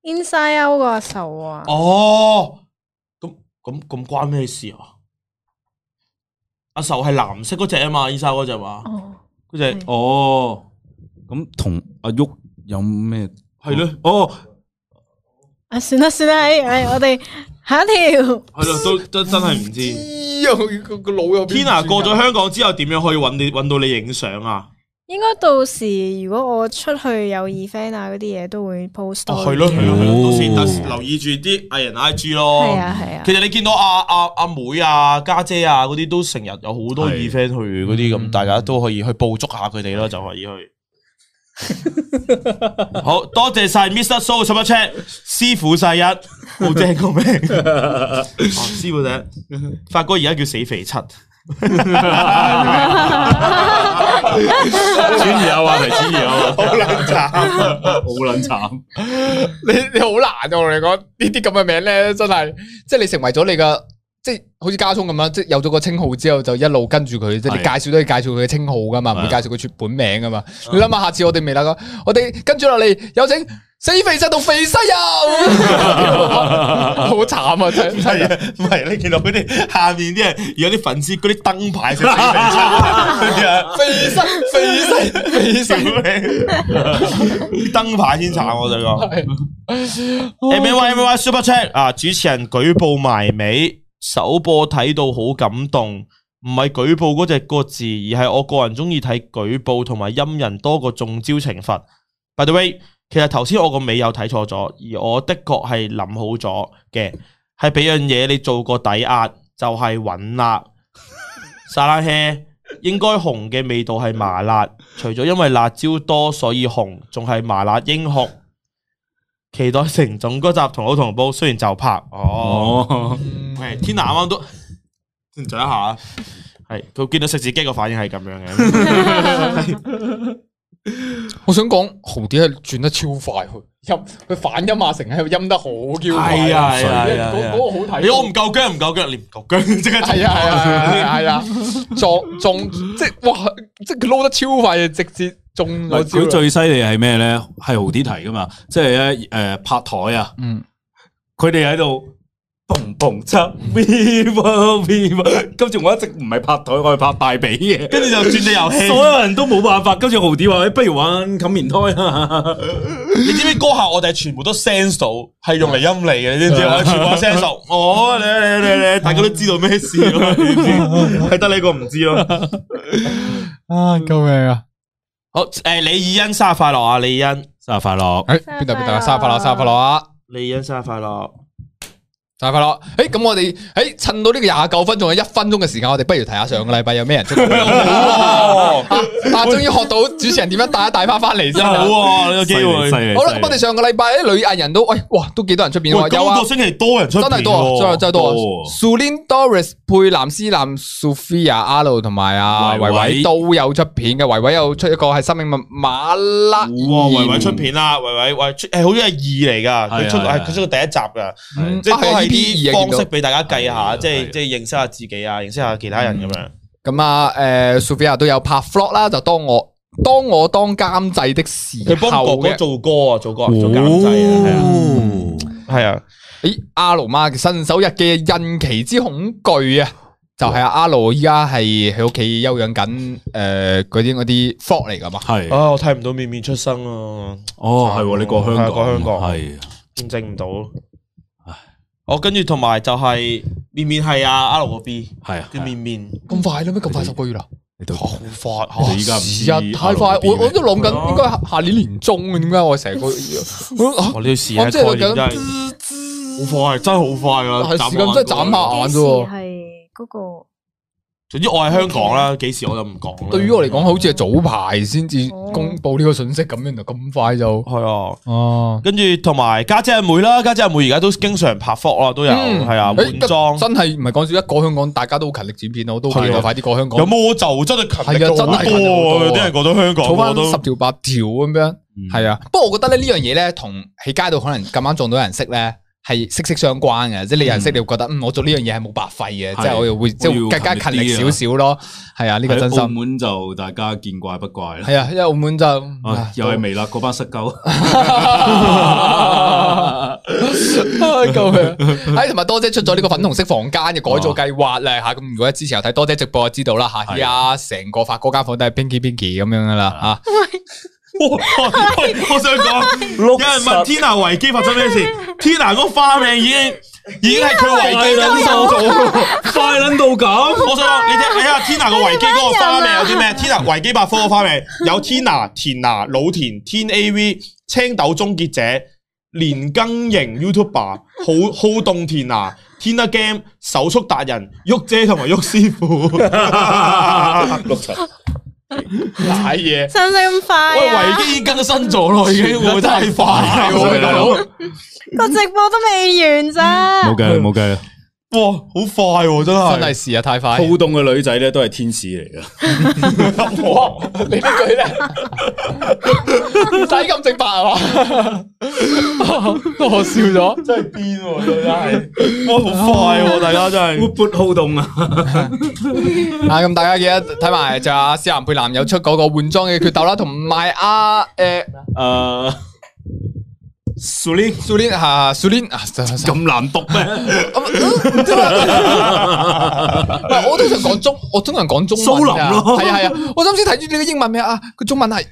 Inside Out 個仇啊！
哦哦，咁咁咁關咩事啊？阿仇係藍色嗰只啊嘛，伊莎嗰只嘛，
哦，
嗰只
哦，咁同阿旭有咩？
係咯，
哦，
啊，算啦算啦，诶诶，我哋下一条
係咯，都都真係唔知。
咦，哎個個腦有邊
Tina 過
轉
咗
啊
香港之後，點樣可以揾你揾到你影相啊？
应该到时如果我出去有 event 啊嗰啲嘢都会 post
哦，
story
係咯，係咯，係
哦
咯到時到時留意住啲藝人 IG 咯。
係啊係啊
其實你見到阿阿阿妹啊、家姐啊嗰啲都成日有好多
係
event 去嗰啲咁，大家都可以去捕捉下佢哋咯，就可以去。好多謝晒 Mr. So Super Chat 師傅世一，好正個名。哦，師傅仔，發哥而家叫死肥七。
轉移下話題，轉移下話題。
好撚慘，
好撚慘，
你 你好難啊！我同你講呢啲咁嘅名咧，真係即係你成為咗你嘅，即係好似家聰咁樣，即係有咗個稱號之後，就一路跟住佢，即係你
係
介紹都要介紹佢嘅稱號噶嘛，唔會
係
介紹佢全本名噶嘛。你諗下，下次我哋未啦個，我哋跟住落嚟有請死肥西到肥西 啊！好慘啊！真係
係啊，唔係你見到佢哋下面啲人，而家啲粉絲嗰啲燈牌寫死肥七，係啊
肥西肥西肥
屌
西。
你！燈牌先查我就講。
係
M Y M Y Super Chat 啊！主持人舉報埋尾，首播睇到好感動，唔係舉報嗰只個字，而係我個人中意睇舉報同埋陰人多過中招懲罰。By the way，其實頭先我個尾有睇錯咗，而我的確係諗好咗嘅，係俾樣嘢你做個抵押，就係穩啦。 沙拉茄應該紅嘅味道係麻辣，除咗因為辣椒多所以紅，仲係麻辣英雄。期待成總嗰集同老同煲，雖然就拍哦，
哦，
係天娜啱啱都 停咗一下，啊係佢見到食自己個反應係咁樣 嘅，
我想講豪啲係轉得超快，佢音佢反音阿啊成喺度音得好嬌快，
係啊係啊係啊
嗰嗰個好睇。
你我唔夠姜唔夠姜，你唔夠姜 即刻
系啊系啊系啊，撞撞即系哇，即系佢撈得超快，直接中咗招
佢
啦。
最犀利係咩咧？係豪啲提噶嘛，即係咧诶拍台啊，
嗯，
佢哋喺度蹦蹦七 viva viva，跟住我一直唔係拍台，我係拍大髀嘅。
跟住就轉到遊戲。
所有人都冇辦法，跟住豪啲話：，不如玩冚棉胎啊啦！
你知唔知嗰下我哋係全部都 sense 到係用嚟陰嚟嘅，你知唔知？我哋全部 sense 到，哦，你你你你，大家都知道咩事咯，你知唔知係得你一個唔知咯。
啊，救命啊！
好，诶，李以欣生日快樂啊，李以欣，
生日快樂！
诶，
生
边
日
度边度啊？生
快樂
日快乐，生日快乐啊！
李以欣生日快樂。
生日快乐！诶，哎咁我哋诶趁到呢個廿九分，仲有一分鐘嘅時間，我哋不如睇下上個禮拜有咩人出
哦
好
啊！啊，終於學到主持人點樣帶一帶翻翻嚟先
真係
啊。
好喎，呢個
犀
機
利
會
犀。利
好啦，
犀
咁
利
我哋上個禮拜啲女藝人都，喂，哇，都幾多人出片
喂，
喎？有啊
今個。星期多人出哦
真係多啊，真係真係多啊
多喎
！Sulin Doris、佩蘭斯南、Sophia、阿盧同埋阿
維
維
維
維都有出片嘅，維維有出一個係生命密馬拉，
哇！維維出片啦，維維維出，誒好似係二嚟㗎，
係
佢出
係
係
係
佢出到第一集㗎，
嗯
即係都
啊係 EP
係啲
二啊見
方
到
式俾大家計下，
係係
即係
係
即係認識下自己啊，認識下其他人咁樣。
咁啊，誒 Sophia 都有拍 vlog 啦，就當我當我當監製的時
佢幫
候
哥哥
嘅，哦
做歌啊，做歌做監製啊，係啊，
咦，阿盧媽嘅新手日記嘅孕期之恐懼啊！就係啊阿盧依家係喺屋企休養緊，誒嗰啲嗰啲 vlog 嚟噶嘛，
係啊，
係
啊我睇唔到面面出生啊，
哦，係喎，你過香
係
港，
過香港
係
見證唔到。我跟住同埋就係面面係啊，阿盧個 B
係啊，
叫面面，
咁快啦咩？咁快十個月啦！啊
你都
好快
哇
你依家唔知
時日哦啊太快，
阿龍
我
嗰邊
我都諗
係
緊
啊
應該下下年年中啊嘅，點解我成個我啊
我哦呢要試
我
下
真係
概
諗緊
念真係好快，真係好快啊！
係時間真係
眨下眼
眨下眼
幾
啫
時
喎。
係嗰個
總之我喺香港啦，幾時我就唔講啦。
對於我嚟講，好似係早排先至公佈呢個信息咁樣，就咁快就
係啊，
哦。
跟住同埋家姐阿妹啦，家姐阿妹而家都經常拍 f 啦，都有
嗯
係啊，
誒
換裝
真係唔係講笑，一過香港大家都好勤力剪片，我都期
係
待
啊
快啲過香港。
有魔咒真係勤力
係啊
咗
真
好
係
多
勤力好多
啊，
啊
有啲人過到香港
儲
我
翻
都
十條
嗯
八條咁樣，係啊。不過我覺得咧呢樣嘢咧，同喺街度可能咁啱撞到有人識咧，係息息相關嘅，即係你有人識，你會覺得嗯，我做呢樣嘢係冇白費嘅，
係
即係我又會即係
我要
更加勤力少少咯。係啊，呢個真
啊喺澳
心。
門就大家見怪不怪啦。
係啊，因為澳門就
唉哦 又係微 辣嗰班失鳩，
啊救命！哎，同埋多姐出咗呢個粉紅色房間嘅改造計劃啦吓，咁如果之前有睇多姐直播就知道啦吓，
哦係
而家成個法哥間房都係 Pinky Pinky 咁樣噶啦
我我想講，有人問 Tina 維基發生咩事？Tina 嗰個花名已經已經係佢維基因素
快捻到咁，
我想講，你睇睇下 Tina 個維基嗰個花名有啲咩？Tina 維基百科個花名有 Tina、田娜、老田、天 A V、青豆終結者、年更型 YouTuber、好好動田娜、Tina Game、手速達人、旭姐同埋旭師傅。六層，奶嘢。
使唔使咁快
喂，
啊
維？基已經更新咗咯，已經會唔會太快啊？喂大佬，哇，
個直播都未完咋
冇，計啦冇計啦。
好快喎，真
吓，
係
真係時日太快。
好動嘅女仔咧都係天使嚟噶，
哇！你呢句咧，唔使咁直白啊嘛，我笑 咗。
真係癲喎，真係，哇，好快喎，大家真係。
活潑好動啊！
啊，咁大家記得睇埋就阿思南佩南有出嗰個換裝嘅決鬥啦，同埋阿誒
誒，蘇連
蘇蓮啊蘇蓮啊，
咁難讀咩？
唔知我通常講中，我通常講中文
蘇林咯
係啊係啊，我啱先睇住呢個英文名啊，佢中文係，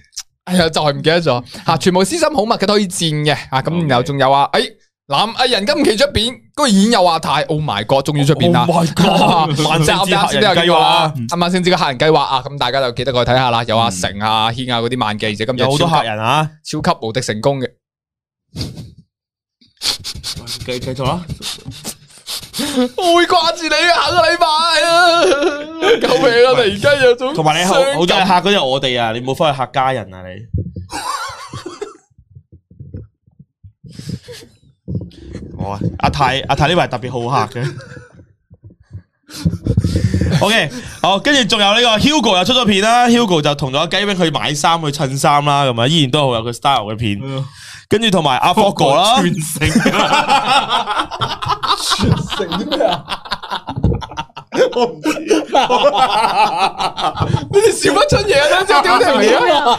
哎呀就係唔記得咗吓，全部私心好密嘅推薦嘅啊，咁然後仲有啊，哎男藝人今期出片，居然有阿泰，Oh my god，終於出片啦！
Oh my god！萬
即係
聖
啱
節
啱
黑
先都有
人
見
計
過啦
劃，，啊
啱啱先知個客人計劃啊，咁大家就記得過去睇下啦，有阿成啊、軒啊嗰啲萬記者，今日
有好多
超
客
級
人啊！
超級無敵成功嘅。
繼繼續啦，
我會掛住你啊，下個禮拜啊！ 救命啊！突然間有種
同埋你好好多
傷
客嗰啲係我哋啊，你冇翻去嚇家人啊 你。我啊，阿泰阿泰呢排特別好客嘅。OK，好，跟住仲有呢個 Hugo 又出咗片啦，Hugo 就同咗阿雞 wing 去買衫去襯衫啦，咁啊依然都好有佢 style 嘅片。跟住同埋阿霍哥啦，
全城
你哋笑乜春嘢啊？真係屌你
咩
啊！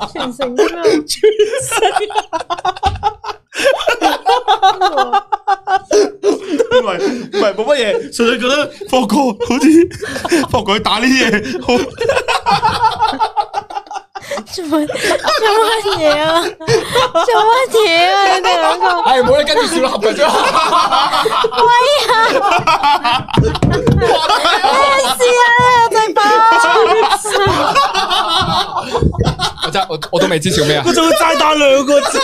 啊？全城啲咩啊？
唔係唔係冇乜嘢，純粹覺得霍哥好似霍哥打呢啲嘢好。
做乜做乜嘢啊？做乜嘢啊？你哋兩個，
唉，哎唔好你跟住笑啦，合埋咗。
哎咩事啊？呢個直播
我真係我我都未知笑咩啊！
仲要齋打兩個字，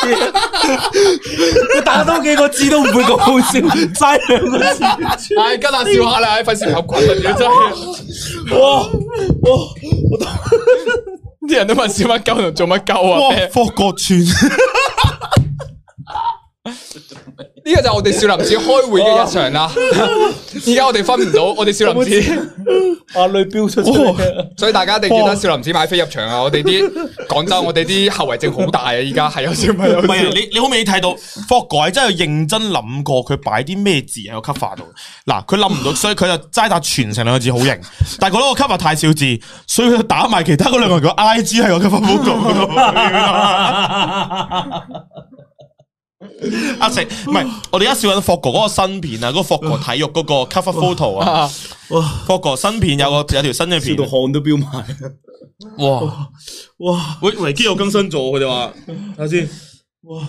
佢打多幾個字都唔會咁好笑，齋兩個字，
唉，跟下笑下啦，唉費事合群啦，屌真係。
哇哇！
啲人都問笑乜鳩同做乜鳩啊？咩
霍國串，
呢個就係我哋少林寺開會嘅日常啦。而家我哋分唔到，我哋少林寺。
眼淚飆出嚟，
所以大家一定記得少林寺買飛入場啊！我哋啲廣州，我哋啲後遺症好大啊！而家係有少咪有
唔係啊
少。
你你好未睇到霍哥係真係認真諗過佢擺啲咩字喺個 cover 度。嗱，佢諗唔到，所以佢就齋打全城兩個字好型，但係覺得個 cover 太少字，所以佢就打埋其他嗰兩個人個 IG 喺個 cover photo 嗰 度。阿成，唔係我哋而家笑緊霍哥嗰個新片啊，嗰、個霍哥體育嗰個 cover photo 啊，霍哥新片有個有條新嘅
笑
片
到，汗都飆埋。
哇！
哇！
喂，維基有更新咗，佢哋話睇下先。哇，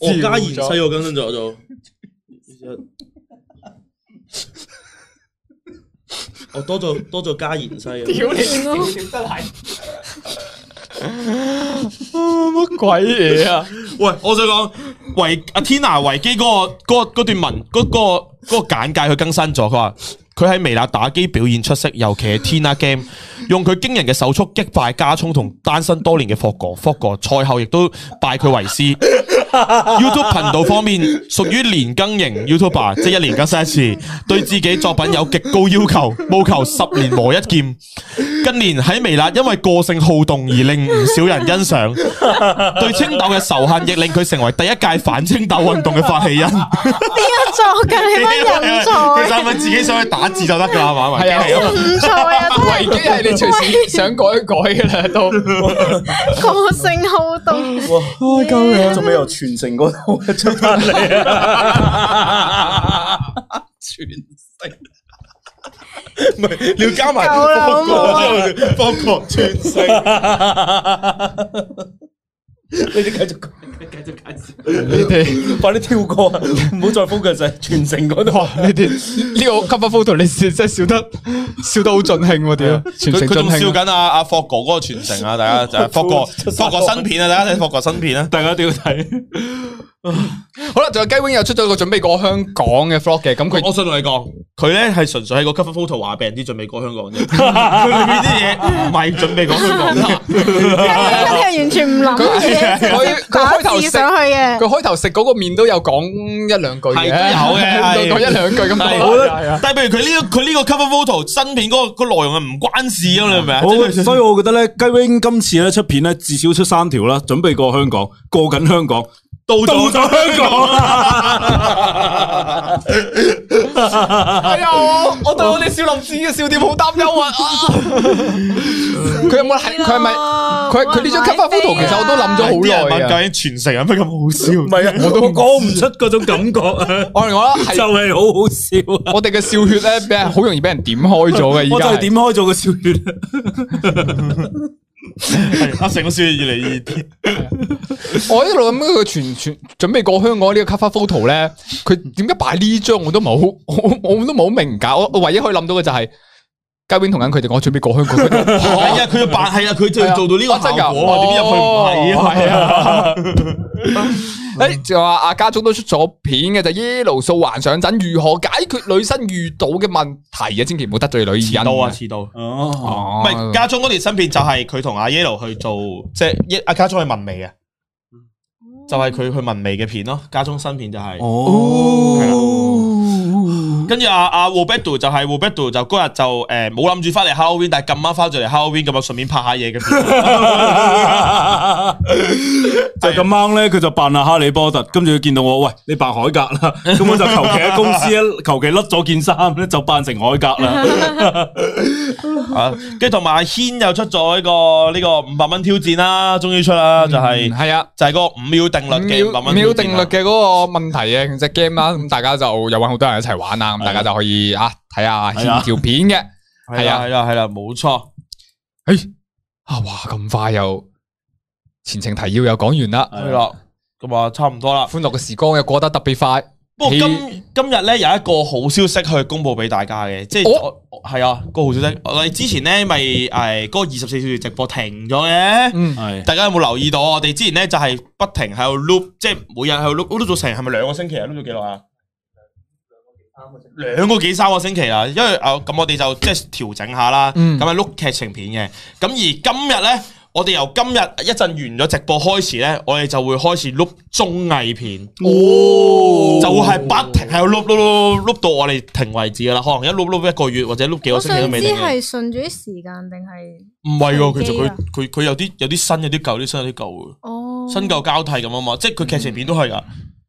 我家妍西有更新咗就。我哦多咗多咗加妍西啊！
屌你
屌你
真係乜鬼嘢啊！
喂，我想講維阿 Tina 維基嗰、個嗰、嗰段文嗰、個嗰、個簡介佢更新咗，佢話佢喺微辣打機表現出色，尤其係 Tina Game，用佢驚人嘅 手速擊敗加聰同單身多年嘅霍哥，霍哥賽後亦都拜佢為師。 YouTube 频道方面，属于年更型 YouTuber，即系一年更新一次，对自己作品有极高要求，务求十年磨一剑。近年喺微辣因为个性好动而令唔少人欣赏，对青豆嘅仇恨亦令佢成为第一届反青豆运动嘅发起人。
作紧你乜人
其
才？
实咪自己想去打字就得噶啦，系咪？
係啊係
唔错啊，真
維基係你隨時想改一改噶啦，都
係個性好動。
哇，救
啊
命！做咩由全城嗰度出翻嚟啊？ 全城
唔系，你要加埋
夠啦好
方
唔好啊
國之後方國全城。
你哋繼續講，繼續介紹。你哋 快啲跳過，啊唔好再 focus 喺全城嗰度。
你哋 呢個 cover photo 你真係笑得笑得好盡興喎，屌！全
佢
城
佢
盡
仲笑
興啊。
緊啊阿霍哥嗰個傳承啊，大家就係霍哥霍哥新片啊，大家睇霍哥新片啊。
大家都要睇。
好啦，仲有雞 wing 又出咗個準備過香港嘅 vlog 嘅，咁佢
我信同你講，佢咧係純粹喺個 cover photo 話俾人知準備過香港啫，佢裏面啲嘢唔係準備講香港嘅。
真系完全唔谂嘢，
佢佢
打
開頭
字
食
上去嘅。
佢開頭食嗰個面都有講一兩句嘅，
係都 有嘅係
都講一啊兩句咁
但係
多。
但係譬如佢呢個佢呢個 cover photo 新片嗰個個內容啊唔關事啊，你明唔明啊？
我
即係
所以我覺得咧，雞 wing 今次咧出片咧，至少出三條啦，準備過香港，過緊香港，
到咗
到咗香港
啦。
哎呀，我我對我哋少林寺嘅笑點好擔憂啊！啊佢有冇係佢係咪佢
佢
佢呢張 cover
啊
photo 其實我都諗咗好
啲人
耐啊
問究竟全城有咩咁好笑？
係啊，我都講唔出嗰種感覺 啊，
我同我啦，係
就係好好笑啊！
我哋嘅笑血咧，俾人好容易俾人點開咗 嘅。
我就
而家
係
係
點開咗個笑穴。
係阿成個笑越嚟越癲
我一路諗佢全全準備過香港呢個 cover photo 咧，佢 點解擺呢張我都唔係好， 我我都冇好明解。我我唯一可以諗到嘅就係嘉永同緊佢哋講準備過香港，
系啊，佢要扮系啊，佢就要做到呢個效果啊，
哦
點知入去唔係
係
啊？
啊。诶，就話阿家中都出咗片嘅就耶路素幻上陣，如何解決女生遇到嘅問題啊？千祈唔好得罪女人。
到啊，遲到。唔
哦，
哦，
係家中嗰條新片就係佢同阿 Yellow 去做，即係阿家中去問味啊，就係佢去問味嘅片咯。家中新片就
哦
係， 跟住阿阿 w o b e d o 就係 w o b e d o 就嗰日就诶冇諗住翻嚟 Halloween，但係咁啱翻咗嚟 Halloween 咁啊，順便拍下嘢嘅片。
就咁啱咧，佢就扮阿哈利波特，跟住佢見到我，喂，你扮海格 啦，咁我就求其喺公司咧，求其甩咗件衫咧，就扮成海格啦。
啊，跟住同埋阿軒又出咗呢個呢個五百蚊挑戰啦，終於出啦，就係
系啊。
就係嗰個五秒定律嘅五百
秒
蚊
秒
挑
定
戰
律
啦。
嘅嗰個問題嘅只 game 啦，咁大家就有揾好多人一齊玩啦，咁大家就可以啊睇下
係啊
條片嘅。
係啦，係啦，係啦，冇錯。
誒啊哇咁快又前情提要又講完啦，
系啦，咁啊，差唔多啦。
歡樂嘅時光又過得特別快。
不過
起
今今日咧有一個好消息去公佈俾大家嘅，即係
哦
我係啊個好消息。我哋之前咧咪诶嗰個二十四小時直播停咗嘅，
嗯，
係
大家有冇留意到？啊我哋之前咧就係不停喺度 loop，即係每日喺度 loop，loop 咗成係咪兩個星期啊？loop 咗幾耐啊？兩個幾三個星期啦，因為啊咁我哋就即係調整下啦，
嗯
咁啊碌劇情片嘅。咁而今日咧，我哋由今日一陣完咗直播開始咧，我哋就會開始碌綜藝片。
哦
就係不停喺度碌碌碌碌到我哋停為止噶啦，可能一碌碌一個月或者碌幾個
我
星期都
想
未
知
定嘅。
係啊順住啲時間定係
唔係喎，其實佢
相
佢佢有啲有啲新有啲舊，有啲新有啲舊
哦
嘅， 新舊交替咁啊嘛，即係佢劇情片都係噶，啊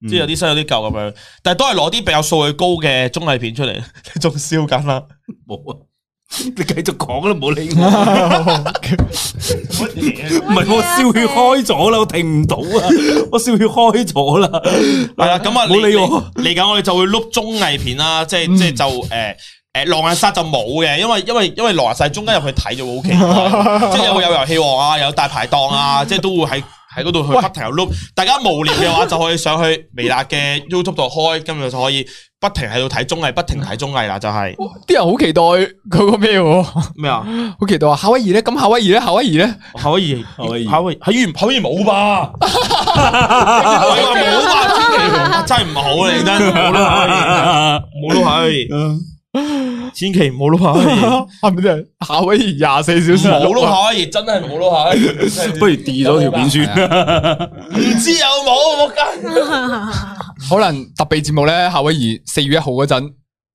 即係有啲新有啲舊咁樣，但係都係攞啲比較數據高嘅綜藝片出嚟，仲笑緊啦。
冇啊！ 你繼續講啦，冇 理我。唔係我笑血開咗啦，我停唔到 啊！我笑血開咗啦，
係啦，咁啊，嗯
冇理我。
嚟嚟緊我哋就會碌綜藝片啦，即係即係就呃誒。誒狼人殺就冇嘅，因為因為因為狼人殺中間入去睇就會好奇 怪，即係有有遊戲王啊，有大排檔啊，即係都會喺喺嗰度去不停有 loop。大家無聊嘅話就可以上去微辣嘅 YouTube 度開，今日就可以不停喺度睇綜藝，不停睇綜藝啦，就係
啲人好期待佢個咩喎？ 好
咩啊？
期待啊！夏威夷咧，咁夏威夷咧，夏威夷咧，
夏威夷，
夏威夷
夏威夏威夷夏威夷冇 吧？冇
啊
啊吧？真係唔好啦，認真冇啦，夏威夷冇啦，夏威夷。千祈唔好碌下去。
系咪真係夏威夷廿四小時
冇
碌
撈
啊
下，亦真係冇撈下。
不如 delete 咗條片算。
唔知有冇，仆街。
可能特備節目咧，夏威夷四月一號嗰陣，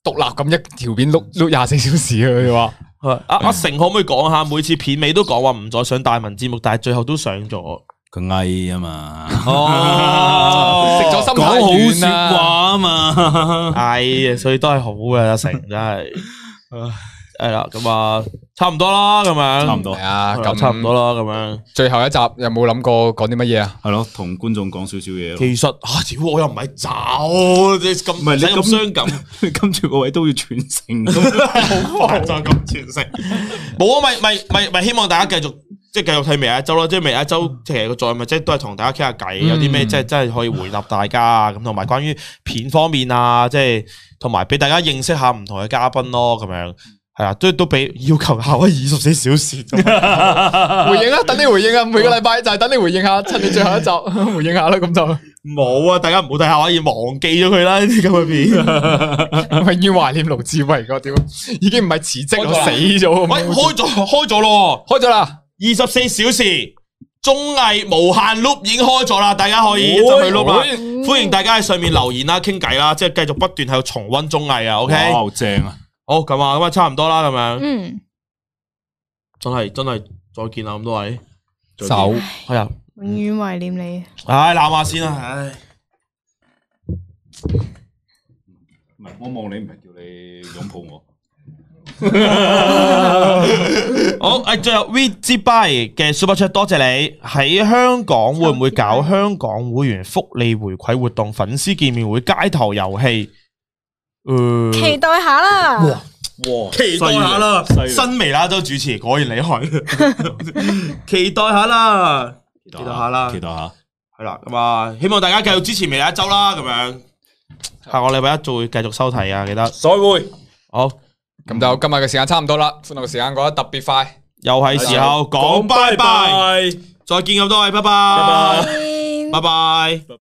獨立咁一條片碌碌廿四小時啊！佢話
阿阿成可唔可以講下？每次片尾都講話唔再上大文節目，但係最後都上咗。
佢翳啊嘛，
哦
食咗心
講
太
好
軟
说話
啦，
啊嘛。
哎呀，所以都係好嘅，阿成真係。係啦，咁啊，差唔多啦，咁樣。
差唔多
係啊，
哦係啦，
咁
差唔多。啦，咁樣。
最後一集有冇諗過講啲乜嘢啊？
係咯，同觀眾講少少嘢咯。
其實啊，屌我又唔係走，你咁
唔係你
使咁
咁
傷感。
跟住個位都要全程。
好快就咁全食。冇啊，咪咪咪咪，希望大家繼續即係繼續睇未來一周咯，即係未來一周其實個再咪即係都係同大家傾下偈，有啲咩即係真係可以回答大家啊，咁同埋關於片方面啊，即係同埋俾大家認識下唔同嘅嘉賓咯，咁樣。係啊，都都俾要求夏威夷二十四小時，
回應啊，等你回應啊，每個禮拜就係等你回應下，趁你最後一集回應下啦，咁就
冇啊！大家唔好睇夏威夷，忘記咗佢啦，呢啲咁嘅片。
永遠懷念盧志偉個屌，已經唔係辭職，我死咗。
喂，開咗開咗咯喎！
開咗啦，
二十四小時綜藝無限 loop 已經開咗啦，大家可以就去 loop 啦。歡迎大家喺上面留言啦、啊傾偈啦，即係繼續不斷喺度重温綜藝啊。OK，
哇，正啊！
好咁啊，咁啊差唔多啦，咁樣
嗯，
真係真係再見啦，咁多位。
走。
係啊，
永遠懷念你。
唉，攬下先啦，唉。
唔係，我望你唔係叫你擁抱我。
好，誒，最後 We 之 By 嘅 Super Chat，多謝你喺香港會唔會搞香港會員福利回饋活動、粉絲見面會、街頭遊戲？誒
期待下啦，
哇，
期待下啦，
啊犀利
新微啦，周主持果然厲 害，期待下啦，
期
待下啦
期待下。
係啦，咁啊，希望大家繼續支持微辣一周啦，咁樣下個禮拜一再會繼續收睇啊，記得
再會。
好，
咁就今日嘅時間差唔多啦，歡樂嘅時間過得特別快。
又係時候講拜拜，再見咁多位，拜拜，
拜拜
拜拜。